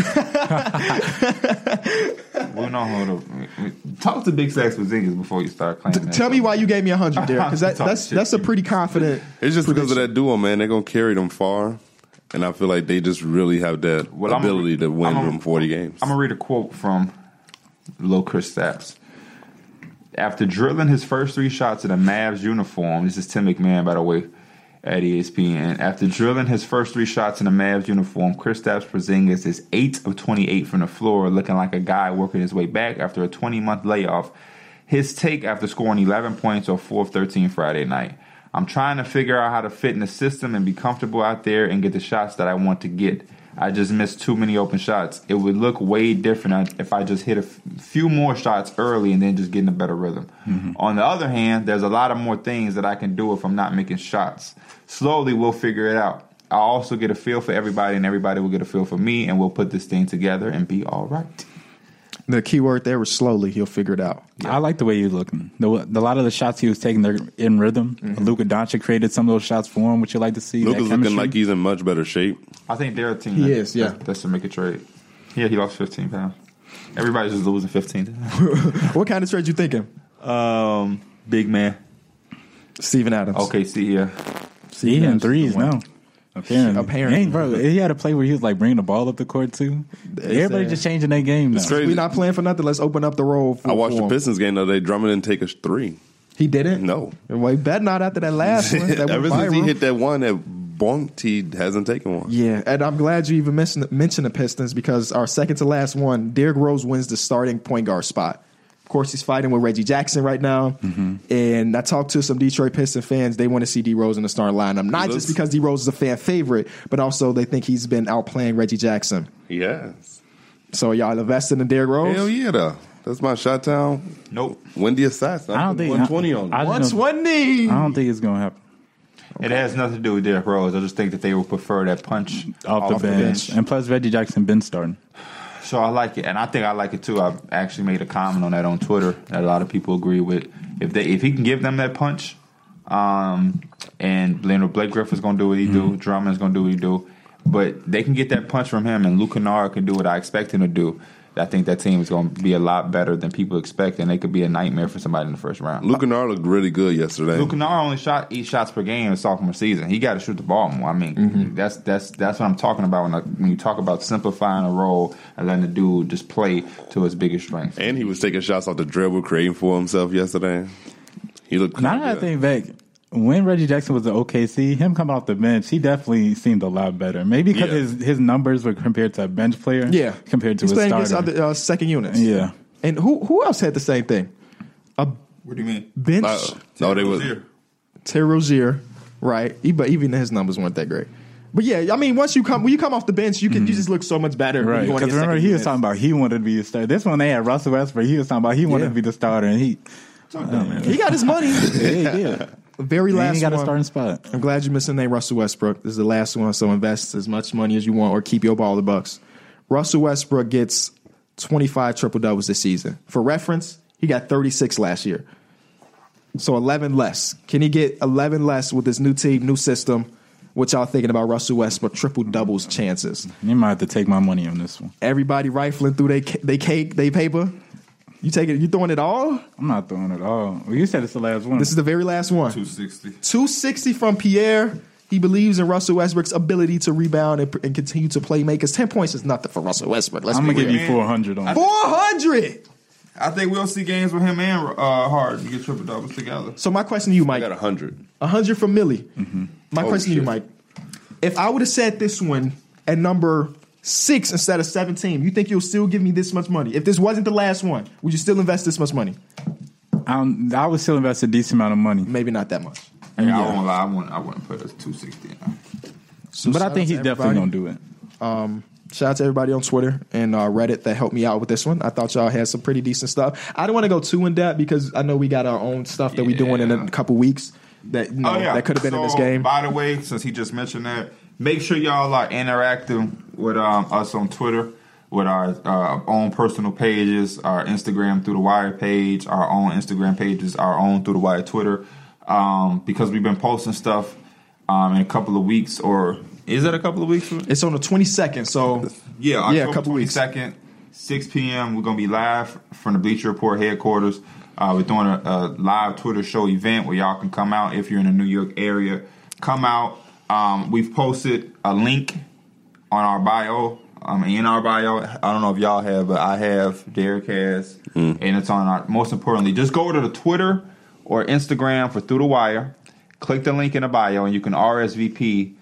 don't hold up. Talk to Big Sex with Zingas before you start claiming that. Tell me why you gave me a hundred, Derek. Because that, Talk that's shit. that's a pretty confident. it's just because of that duo, man. They're gonna carry them far, and I feel like they just really have that Well, I'm- ability to win I'm- them forty games. I'm gonna read a quote from Lil Chris Stapps. After drilling his first three shots in a Mavs uniform, this is Tim McMahon, by the way, at E ESPN. After drilling his first three shots in a Mavs uniform, Chris Stapps Porzingis is eight of twenty-eight from the floor, looking like a guy working his way back after a twenty-month layoff. His take after scoring eleven points or four of thirteen Friday night. I'm trying to figure out how to fit in the system and be comfortable out there and get the shots that I want to get. I just missed too many open shots. It would look way different if I just hit a f- few more shots early and then just get in a better rhythm. Mm-hmm. On the other hand, there's a lot of more things that I can do if I'm not making shots. Slowly, we'll figure it out. I'll also get a feel for everybody, and everybody will get a feel for me, and we'll put this thing together and be all right. The key word there was slowly. He'll figure it out. I like the way he's looking. The, the a lot of the shots he was taking, they're in rhythm. Mm-hmm. Luka Doncic created some of those shots for him, which you like to see. Luca's that chemistry. looking like he's in much better shape. I think they're a team. He that- is, yeah. That's, that's to make a trade. Yeah, he lost 15 pounds. Everybody's just losing 15. What kind of trade you thinking? um, big man. Steven Adams. Okay, see, yeah. He hitting threes now. Apparently. Apparently. Dang, bro, he had a play where he was like bringing the ball up the court too. Everybody uh, just changing their game now. Crazy. We're not playing for nothing. Let's open up the roll. For, I watched for the him. Pistons game the other day. Drummond didn't take a three. He didn't. No. Well, he bet not after that last one. That Ever went since he viral. hit that one, that bonked, he hasn't taken one. Yeah, and I'm glad you even mentioned, mentioned the Pistons because our second to last one, Derrick Rose wins the starting point guard spot. Of course, he's fighting with Reggie Jackson right now, Mm-hmm. and I talked to some Detroit Piston fans. They want to see D Rose in the starting lineup, not Looks- just because D Rose is a fan favorite, but also they think he's been outplaying Reggie Jackson. Yes. So y'all invested in Derrick Rose. Hell yeah, though. That's my shot town. Nope. Wendy Assassin. I don't think 120 on I, it. I, just Once don't, one knee. I don't think it's gonna happen It has nothing to do with Derrick Rose. I just think that they would prefer that punch off, the, bench. And plus, Reggie Jackson been starting. So I like it, and I think I like it too. I actually made a comment on that on Twitter that a lot of people agree with. If they if he can give them that punch, um, and Leonard Blake Griffin's gonna do what he Mm-hmm. do, Drummond's gonna do what he do, but they can get that punch from him, and Luke Kennard can do what I expect him to do. I think that team is gonna be a lot better than people expect, and they could be a nightmare for somebody in the first round. Luke Kennard looked really good yesterday. Luke Kennard only shot eight shots per game his sophomore season. He got to shoot the ball more. I mean, that's that's that's what I'm talking about when I, when you talk about simplifying a role and letting the dude just play to his biggest strength. and he was taking shots off the dribble, creating for himself yesterday. He looked Now kinda that I good. think back, when Reggie Jackson was at OKC, him coming off the bench, he definitely seemed a lot better. Maybe because Yeah. his, his numbers were compared to a bench player. Yeah, compared to he's his playing starter. against other uh, second units. yeah, and who who else had the same thing? A What do you mean? bench. Uh, no, they was. Terry Rozier, right? He, but even his numbers weren't that great. But yeah, I mean, once you come when you come off the bench, you can you just look so much better. when Mm-hmm. right. you go into Because your remember, second he was unit. talking about he wanted to be a starter. This one they had Russell Westbrook. He was talking about he wanted Yeah. to be the starter, and he He got his money. yeah he did. Very And last he got a one. starting spot. I'm glad you missed the name Russell Westbrook. This is the last one, so invest as much money as you want or keep your ball the bucks. Russell Westbrook gets 25 triple doubles this season. For reference, he got 36 last year. So 11 less. Can he get 11 less with this new team, new system? What y'all thinking about Russell Westbrook triple doubles chances? You might have to take my money on this one. Everybody rifling through they ca- they cake, they paper. You take it, you throwing it all? I'm not throwing it all. Well, you said it's the last one. This is the very last one. 260. 260 from Pierre. He believes in Russell Westbrook's ability to rebound and, and continue to play makers. 10 points is nothing for Russell Westbrook. Let's I'm be gonna give real. you 400 on. it. 400. I think we'll see games with him and uh, Harden get triple doubles together. So my question to you, I Mike, got a hundred. 100 from Millie. Mm-hmm. My Oh, question to you, shit. Mike, if I would have said this one at number six instead of 17, you think you'll still give me this much money? If this wasn't the last one, would you still invest this much money? I'm, I would still invest a decent amount of money, Maybe not that much. Yeah, I won't lie. I wouldn't, I wouldn't put a 260 in. So but I shout out think he's to definitely everybody. gonna do it. Shout out to everybody on Twitter and uh, Reddit that helped me out with this one. I thought y'all had some pretty decent stuff. I don't want to go too in depth because I know we got our own stuff that we're doing in a Yeah. Oh, couple weeks that you know, that could have been in this So, game. By the way, since he just mentioned that, make sure y'all are interacting with um, us on Twitter, with our uh, own personal pages, our Instagram through the wire page, our own Instagram pages, our own through the wire Twitter, um, because we've been posting stuff um, in a couple of weeks, or is that a couple of weeks? It's on the twenty second, so Yeah, Yeah, a October couple weeks. 22nd, 6 p.m. We're going to be live from the Bleacher Report headquarters. Uh, we're doing a, a live Twitter show event where y'all can come out if you're in the New York area. Come out. Um, we've posted a link on our bio. Um, in our bio, I don't know if y'all have, but I have. Derek has, and it's on our. Most importantly, just go to the Twitter or Instagram for Through the Wire. Click the link in the bio, and you can RSVP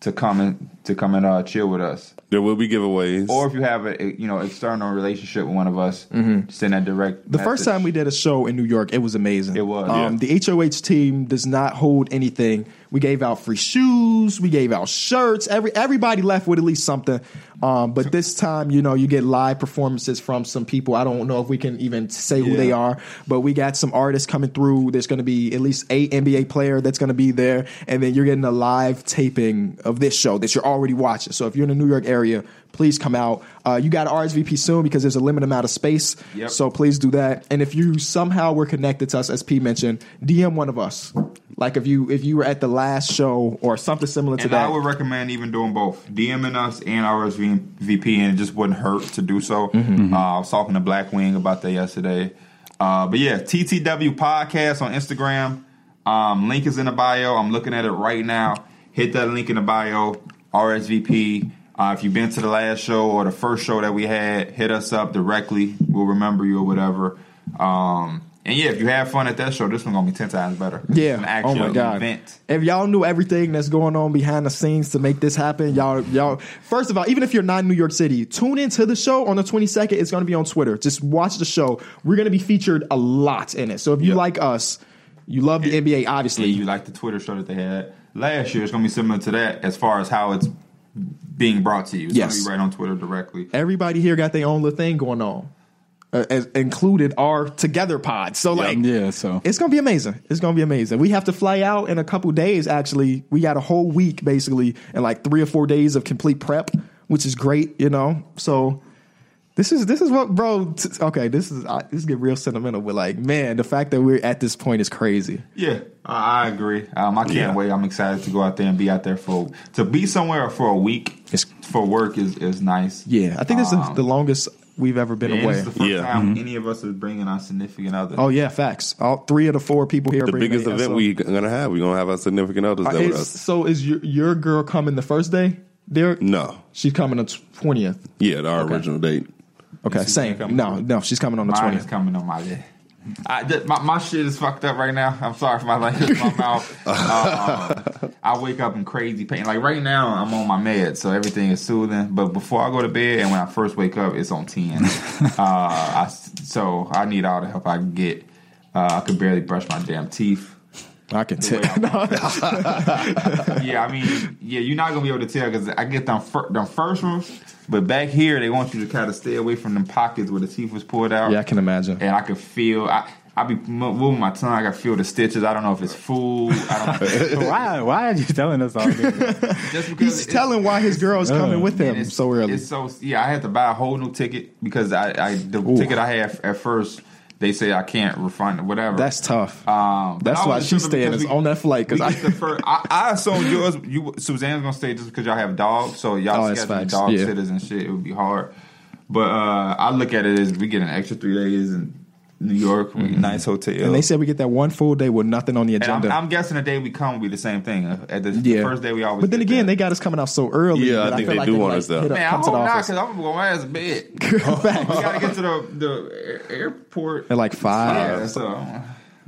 to come and to come and uh, chill with us There will be giveaways. or if you have a you know external relationship with one of us, send that direct. Mm-hmm. The first time we did a show in New York, it was amazing. It was, Um, The HOH team does not hold anything. We gave out free shoes. We gave out shirts. Every everybody left with at least something. Um, but this time, you know, you get live performances from some people. I don't know if we can even say who Yeah. they are, but we got some artists coming through. There's going to be at least eight NBA player that's going to be there, and then you're getting a live taping of this show that you're already watching. So if you're in the New York area, please come out. Uh, you got to RSVP soon because there's a limited amount of space. Yep. So please do that. And if you somehow were connected to us, as P mentioned, DM one of us. Like if you if you were at the last show or something similar to and that. I would recommend even doing both DMing us and RSVP, and it just wouldn't hurt to do so. Mm-hmm. Uh, I was talking to Black Wing about that yesterday, uh, but yeah, TTW podcast on Instagram. Um, link is in the bio. I'm looking at it right now. Hit that link in the bio. RSVP. Uh, if you've been to the last show or the first show that we had, hit us up directly. We'll remember you or whatever. Um, and yeah, if you have fun at that show, this one's gonna be ten times better. It's an yeah. actual Oh my god. event. If y'all knew everything that's going on behind the scenes to make this happen, y'all y'all first of all, even if you're not in New York City, tune into the show on the 22nd. It's going to be on Twitter. Just watch the show. We're going to be featured a lot in it. So if you Yep. like us, you love the NBA obviously. you like the Twitter show that they had last year. It's going to be similar to that as far as how it's being brought to you. It's Yes. going to be right on Twitter directly. everybody here got their own little thing going on, uh, as included our together pod. So like, Yeah, so it's gonna be amazing. It's gonna be amazing. We have to fly out in a couple days. Actually, we got a whole week basically, and like three or four days of complete prep, which is great. You know, so. This is this is what, bro. T- okay, this is I, this get real sentimental, but like, man, the fact that we're at this point is crazy. Yeah, I I agree. Um, I can't Yeah. wait. I'm excited to go out there and be out there for to be somewhere for a week It's- for work is is nice. Yeah, I think this is Um, the longest we've ever been and away. it's the first Yeah. time Mm-hmm. any of us is bringing our significant other. oh yeah, facts. All three of the four people here. the bringing biggest their- event so- we're gonna have, we're gonna have our significant others there with Uh, Is- us. so is your your girl coming the first day? Derek? Mm. No, She's coming on twentieth. yeah, our original date. Okay, she's same. coming No, with- no, she's coming on the Mine is twentieth. coming on my list. I, th- my, my shit is fucked up right now. I'm sorry for my language, my mouth. Uh, um, I wake up in crazy pain. Like right now, I'm on my meds, so everything is soothing. But before I go to bed and when I first wake up, it's on ten. uh, I s so I need all the help I can get. Uh, I could barely brush my damn teeth. I can tell. way I Yeah, I mean, yeah, you're not gonna be able to tell because I get them fir- them first ones, but back here they want you to kind of stay away from them pockets where the teeth was pulled out yeah, I can imagine. and I could feel. I I be mo- moving my tongue. I could feel the stitches. I don't know if it's food. I don't why why are you telling us all this? just because He's it's- telling why his girl is coming with him and it's- so early. It's so yeah. I had to buy a whole new ticket because I, I the ticket I had at first they say I can't refine it, whatever. That's tough. um, but That's I why was she's tripping staying because is we- on that flight we because I get the fir- I, I assume yours, you Suzanne's gonna stay just because y'all have dogs, so Oh, y'all that's scheduling facts, dog yeah. sitters and shit. It would be hard, but uh, I look at it as we get an extra three days in New York, we nice hotel, Mm-hmm. and they said we get that one full day with nothing on the And I'm, agenda. I'm guessing the day we come will be the same thing. Uh, At the, the yeah, first day we always. But then get again, that. they got us coming out so early. Yeah, I that feel think they like do they, want like, us though. hit up, man, I come to hope the not office. because I'm gonna go my ass to bed. Facts. we gotta get to the the air- airport. At like five. yeah, so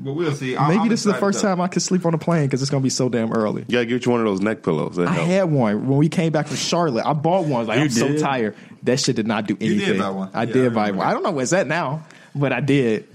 but we'll see. I'm- Maybe I'm this is the excited first though. time I could sleep on a plane because it's gonna be so damn early. You gotta get you one of those neck pillows. That I help. had one when we came back from Charlotte. I bought one. Like You I'm so did? tired. That shit did not do did anything. buy one. I Yeah, I did buy one. remember that. I don't know where it's at now, but I did.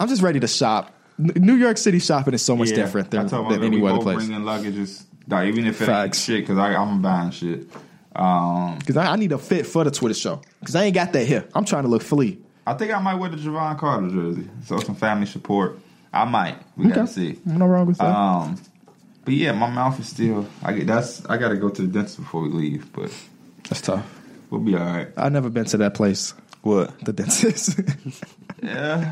I'm just ready to shop. N- New York City shopping is so much Yeah. different I than, told my than man we any other both place. Bringing luggage, is- like, even if it ain't Facts. shit, because I'm buying shit. Um, Because I, I need a fit for the Twitter show. Because I ain't got that here. I'm trying to look flea. I think I might wear the Javon Carter jersey, so some family support. I might. We gotta see. No wrong with that. Um, but yeah, my mouth is still. I get that's. I gotta go to the dentist before we leave, but That's tough. we'll be all right. I've never been to that place. What? The dentist. Yeah,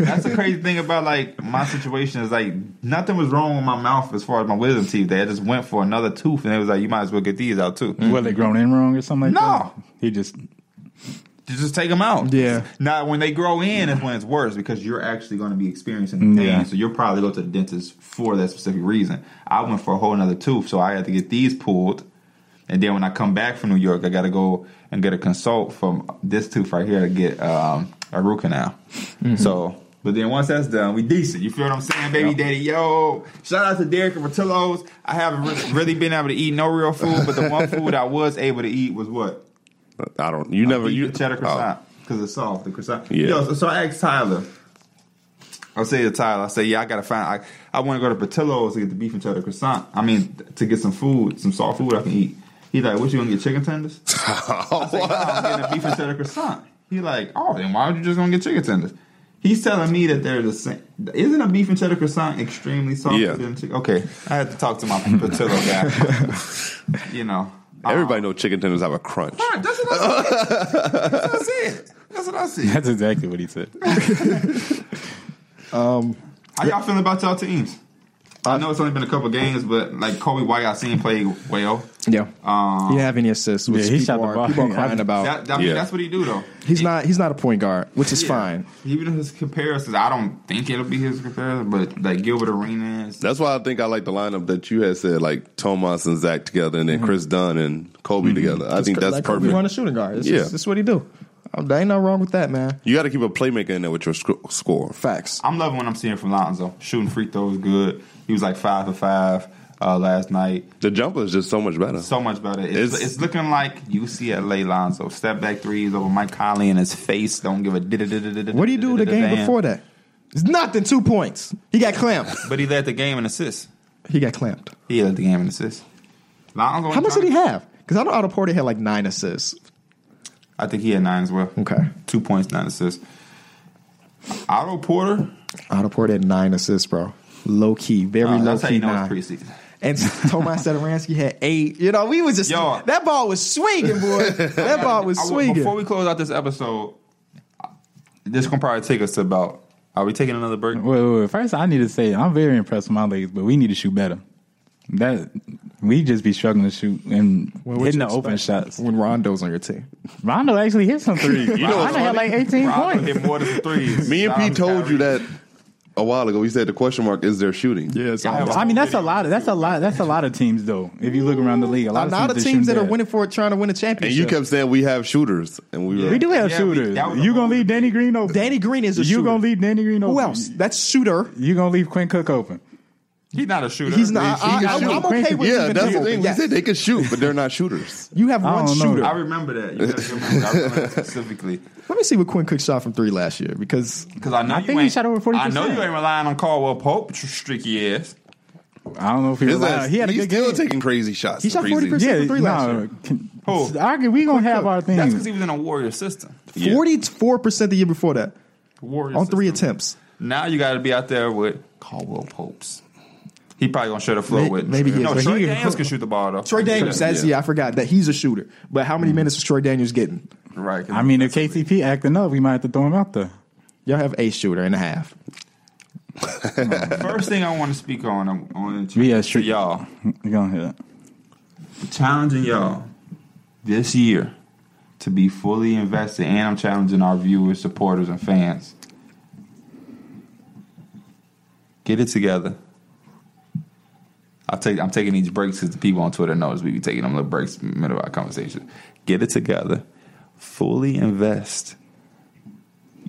that's the crazy thing about like my situation is like nothing was wrong with my mouth as far as my wisdom teeth. They just went for another tooth, and it was like you might as well get these out too. Mm-hmm. Well, they grown in wrong or something like No. that? He just. You just take them out. Yeah. Now when they grow in is when it's worse because you're actually going to be experiencing the pain. Yeah. So you'll probably go to the dentist for that specific reason. I went for a whole another tooth, so I had to get these pulled. And then when I come back from New York, I got to go and get a consult from this tooth right here to get um, a root canal. So, but then once that's done, we decent. You feel what I'm saying, baby daddy? Yo, shout out to Derek and Portillo's. I haven't re- really been able to eat no real food, but the one food I was able to eat was what I don't. You never. beef You and cheddar oh. croissant because it's soft. The croissant. Yeah. Yo, so, so I asked Tyler. I say to Tyler, I say, yeah, I gotta find. I, I want to go to Patillo's to get the beef and cheddar croissant. I mean, to get some food, some soft food I can eat. He like, what you gonna get? Chicken tenders? I say, no, I'm getting a beef and cheddar croissant. He like, oh, then why would you just gonna get chicken tenders? He's telling me that they're the same. Isn't a beef and cheddar croissant extremely soft? Yeah. Than chicken? Okay, I had to talk to my Patillo guy. you know, Oh, Everybody know chicken tenders have a crunch. All right, that's what I said. That's what I said. That's what I said. That's exactly what he said. How y'all feeling about y'all teams? I know it's only been a couple games, but like Kobe White, I seen play well. yeah. he didn't have any assists, which Yeah, he people, shot the are, ball. people are crying about. Um, That, that- I mean, Yeah. that's what he do though. he's not he's not a point guard, which is Yeah. fine. Even his comparisons, I don't think it'll be his comparison, but like Gilbert Arenas, That's why I think I like the lineup that you had said, like Tomas and Zach together, and then Chris Dunn and Kobe together. I think that's Like, perfect. We run a shooting guard. That's Yeah. just- that's what he do. Um, There ain't nothing wrong with that, man. You got to keep a playmaker in there with your sc- score. Facts. I'm loving what I'm seeing from Lonzo. Shooting free throws good. He was like five for five uh, last night. The jumper is just so much better. So much better. It's, it's, It's- looking like UCLA Lonzo. Step back threes over Mike Conley in his face. Don't give a What do you do the game damn. before that? It's nothing. Two points. He got clamped. But he led the game in assists. he got clamped. He led the game in assists. Lonzo How much did he have? Because I know Otto Porter had like nine assists. I think he had nine as well. Okay. Two points, nine assists. Otto Porter. Otto Porter had nine assists, bro. Low key, very Uh, low that's how key you know nine. it's preseason. And Tomas Sadaransky had eight. You know, we was just Yo. that ball was swinging, boy. that ball was I- swinging. Before we close out this episode, this gonna probably take us to about. Are we taking another break? Wait, wait, wait. First, I need to say I'm very impressed with my legs, but we need to shoot better. That we just be struggling to shoot and Well, what hitting you the open expect shots. when Rondo's on your team. Rondo actually hit some threes. you know know, what's Rondo had like 18 Rondo points. hit more than threes. Me and Shout out Pete to told Kyrie. you that a while ago. He said the question mark is their shooting. Yes, Y'all have a I mean, that's a video lot. Of, that's a lot. That's a lot of teams, though. If you look around the league, a lot a lot of of teams, teams that are shouldn't winning for it, trying to win a championship. And you kept saying we have shooters, and we were. We do have Yeah, we- shooters. that was a you gonna whole- leave Danny Green open? Danny Green is a You gonna shooter. leave Danny Green open? Who else? That's shooter. You gonna leave Quinn Cook open? He's not a shooter. He's not. He I, can I, shoot. I'm okay with Yeah, leaving that's him the open. thing. Yes. We said they could shoot, but they're not shooters. You have I one don't know. shooter. I remember that. You gotta remember that. I remember that specifically. Let me see what Quinn Cook shot from three last year because Because I know I you think he ain't, shot over 40%. I know you ain't relying on Caldwell Pope, tr- streaky ass. I don't know if he His relied. ass- He had a he's good still game. taking crazy shots. He the shot preseason. 40%. yeah, for three last no, year. can- Who? I can- we gonna have our thing. Hmm. That's because he was in a Warrior system. Yeah. forty-four percent the year before that Warrior on three system. attempts. Now you got to be out there with Caldwell Popes. He probably gonna share the floor May- with. maybe he is, no. but Trey he- Daniels can shoot the ball though. Troy Daniels, that's yeah. Mm. I forgot that he's a shooter. But how many minutes was Troy Daniels getting? right? 'cause I mean, if KCP acting up, we might have to throw him out there. Y'all have a shooter and a half. First thing I want to speak on, I'm on Yeah, to sure. y'all, You gonna hear that? challenging y'all this year to be fully invested, and I'm challenging our viewers, supporters, and fans. Get it together. I'll take, I'm taking these breaks because the people on Twitter knows we be taking them little breaks in the middle of our conversation. Get it together. Fully invest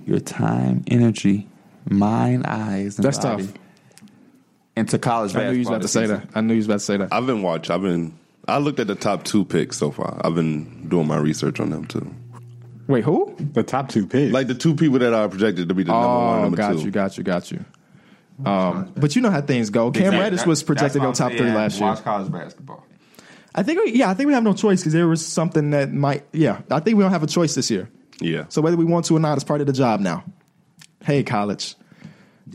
your time, energy, mind, eyes, and That's body tough. into college I basketball. knew you was about to this say season. that. I knew you was about to say that. I've been watch. I've been. I looked at the top two picks so far. I've been doing my research on them too. Wait, who? The top two picks. Like the two people that are projected to be the number one, Oh, number got two. you, got you, got you. Um, but you know how things go. Cam Exactly. Reddish was That- projected to go that's what top I'm three saying. last year. Watch college basketball. I think, we, yeah, I think we have no choice because there was something that might, yeah, I think we don't have a choice this year. Yeah. So whether we want to or not, it's part of the job now. Hey, college,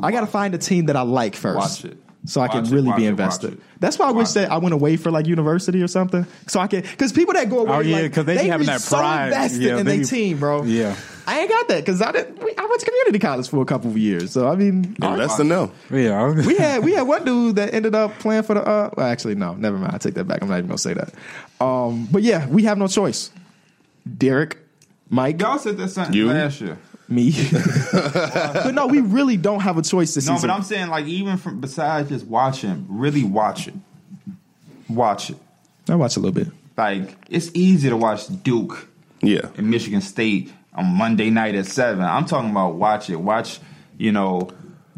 I got to find a team that I like first, Watch it. so I can Watch it, really watch be it, invested. watch it. That's why I wish Watch that I went away for like university or something, so I can because people that go away, Oh, yeah, like, 'cause they be having that pride. so invested Yeah, in they their be- team, bro. Yeah. I ain't got that because I didn't. We, I went to community college for a couple of years, so I mean, Yeah, that's the no. yeah. we had we had one dude that ended up playing for the. Uh, well, actually, no, never mind. I take that back. I'm not even gonna say that. Um, but yeah, we have no choice. Derek, Mike, Y'all said that something You? last year. me. but no, we really don't have a choice this No, season. but I'm saying like even from besides just watching, really watch it, watch it. I watch a little bit. Like it's easy to watch Duke Yeah. and Michigan State on Monday night at seven. I'm talking about watch it. Watch you know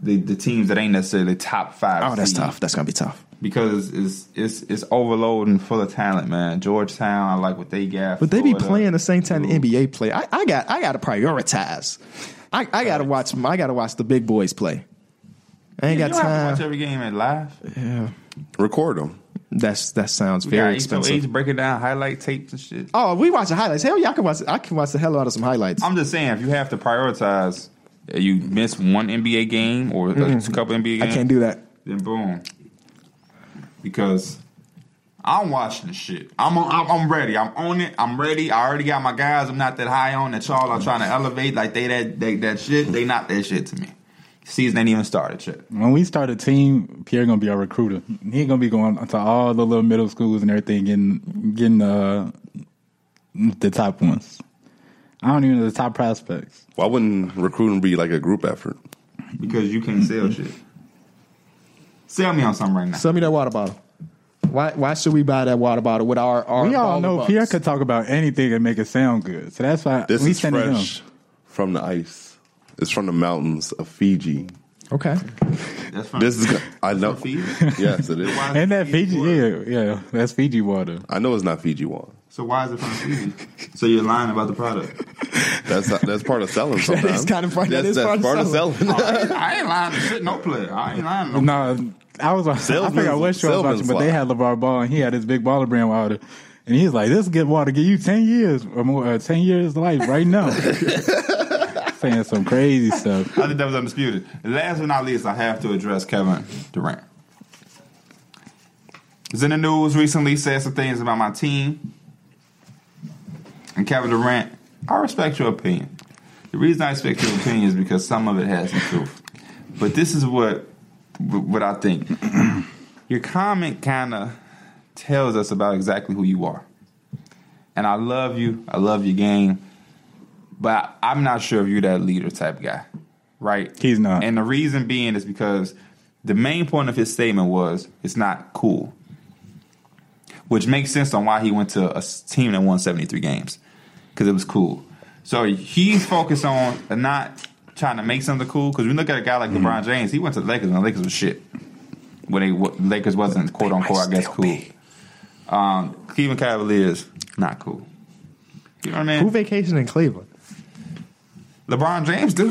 the the teams that ain't necessarily top five. Oh, that's seed. tough. That's gonna be tough. because it's it's it's overload and full of talent, man. Georgetown, I like what they got, But they be Florida. playing the same time the NBA play. I, I got I gotta prioritize. I, I gotta watch I gotta watch the big boys play. I ain't You got don't have to watch time. every game at live. Yeah. Record them. That's that sounds We got very expensive. expensive. breaking down highlight tapes and shit. Oh, we watching highlights. Hell yeah, I can watch I can watch the hell out of some highlights. I'm just saying, if you have to prioritize, uh, you miss one NBA game or a couple NBA games, I can't do that. then boom. Because I'm watching the shit. I'm on, I'm, I'm ready. I'm on it. I'm ready. I already got my guys. I'm not that high on that. Y'all are trying to elevate like they that they, that shit. They not that shit to me. Season ain't even started yet. When we start a team, Pierre gonna be our recruiter. He gonna be going to all the little middle schools and everything, getting getting uh, the top ones. I don't even know the top prospects. Why wouldn't recruiting be like a group effort? because you can't sell shit. Sell me on something right now. Sell me that water bottle. Why why should we buy that water bottle with our our We ball all of know bucks? Pierre could talk about anything and make it sound good. So that's why This we is sending fresh him. from the ice. It's from the mountains of Fiji. Okay. That's from This is I know. Fiji? Yes, it is. Why is it And that Fiji, water? yeah, yeah, that's Fiji water. I know it's not Fiji water. So why is it from Fiji? so you're lying about the product. That's that's part of selling. Sometimes kind of part- that That's, is that's part part of of selling. I ain't lying to shit, no player. I ain't lying to no. No, I was. I Salesman's- forgot what show I was watching, salesman's but they lie. had LeVar Ball and he had his big baller brand water, and he's like, "This good water give you ten years or more, uh, ten years life right now." Saying some crazy stuff. I think that was undisputed. And last but not least, I have to address Kevin Durant. Was in the news recently, said some things about my team. And Kevin Durant, I respect your opinion. The reason I respect your opinion is because some of it has some truth. But this is what what I think. your comment kind of tells us about exactly who you are. And I love you. I love your game. But I'm not sure if you're that leader type guy, right? He's not. And the reason being is because the main point of his statement was it's not cool, which makes sense on why he went to a s- team that won 73 games because it was cool. So he's focused on not trying to make something cool because we look at a guy like Mm-hmm. LeBron James, he went to the Lakers and the Lakers was shit. When they what, Lakers wasn't quote unquote, I guess, cool. Um, Cleveland Cavaliers, not cool. You know what I mean? Who vacationed in Cleveland? LeBron James do.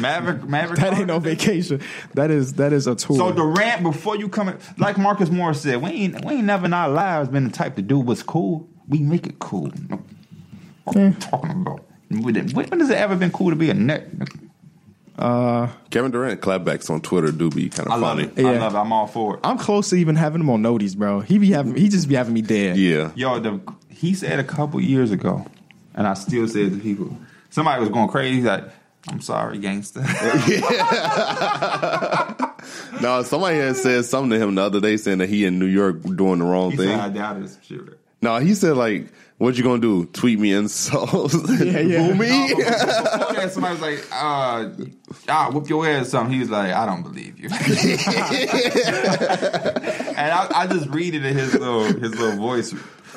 Maverick, Maverick. That ain't no Carter do. vacation. That is that is a tour. So Durant, before you come, in, like Marcus Morris said, we ain't we ain't never in our lives been the type to do what's cool. We make it cool. What Mm. are you talking about? We didn't- When has it ever been cool to be a neck? Oh. Kevin Durant clapbacks on Twitter do be kind I of love funny. it. I Yeah. love it. I'm all for it. I'm close to even having him on notice, bro. He be having he just be having me dead. Yeah, Yo, the, he said a couple years ago, and I still said to people, somebody was going crazy like, I'm sorry, gangster. No, somebody had said something to him the other day saying that he in New York doing the wrong he thing. said, I doubt it's a shooter. no, he said like, "What you gonna do? Tweet me insults? Yeah, yeah. Boo me?" Before that, somebody was like, uh, I'll whoop your ass or something. He was like, I don't believe you. and I, I just read it in his little his little voice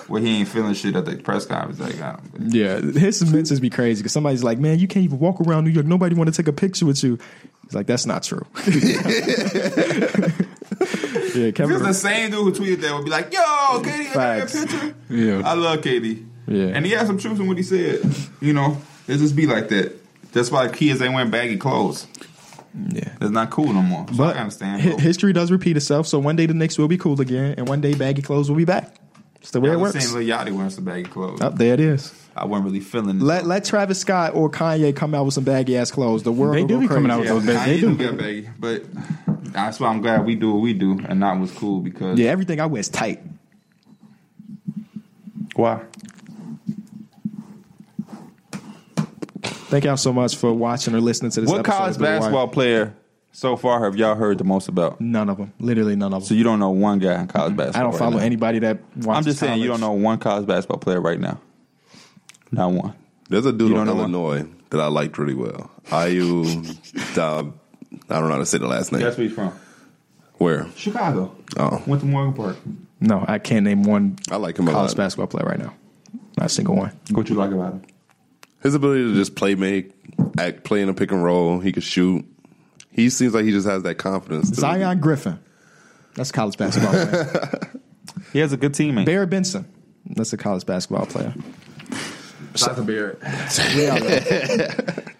where he ain't feeling shit at the press conference. Like, I don't believe Yeah, his sentences be crazy because somebody's like, "Man, you can't even walk around New York. Nobody want to take a picture with you." He's like, "That's not true." yeah, Kevin. Because the same dude who tweeted that would be like, yo, Katie, I got your Facts. picture. Yeah. I love Katie. Yeah. And he had some truth in what he said. You know, it just be like that. That's why kids ain't wearing baggy clothes. Yeah. It's not cool no more. So But I understand. hi- history does repeat itself, so one day the Knicks will be cool again, and one day baggy clothes will be back. It's the way it Y'all just works. seen Lil Yachty wearing some baggy clothes. Up there it is. I wasn't really feeling it. Let let Travis Scott or Kanye come out with some baggy ass clothes. The world They will do go be crazy. coming out with Yeah, those bag- I they do do. get baggy, but that's why I'm glad we do what we do, and that was cool because Yeah, everything I wear is tight. why? Thank y'all so much for watching or listening to this. What episode of college The Wire. basketball player so far have y'all heard the most about? None of them. Literally none of So them. you don't know one guy in college I basketball. don't right follow now. anybody that. Watches I'm just saying you college. don't know one college basketball player right now. Not one. There's a dude You don't in know one? Illinois that I liked really well. Ayu, Dab- I don't know how to say the last name. That's where he's from. Where? Chicago. Oh, Went to Morgan Park. No, I can't name one I like him a college lot. basketball player right now. Not a single one. What you like about him? His ability to just play make, act, play in a pick and roll. He could shoot. He seems like he just has that confidence. to- Zion Griffin. That's a college basketball player. He has a good teammate. Barry Benson. That's a college basketball player. Shout out to Barrett. Yeah,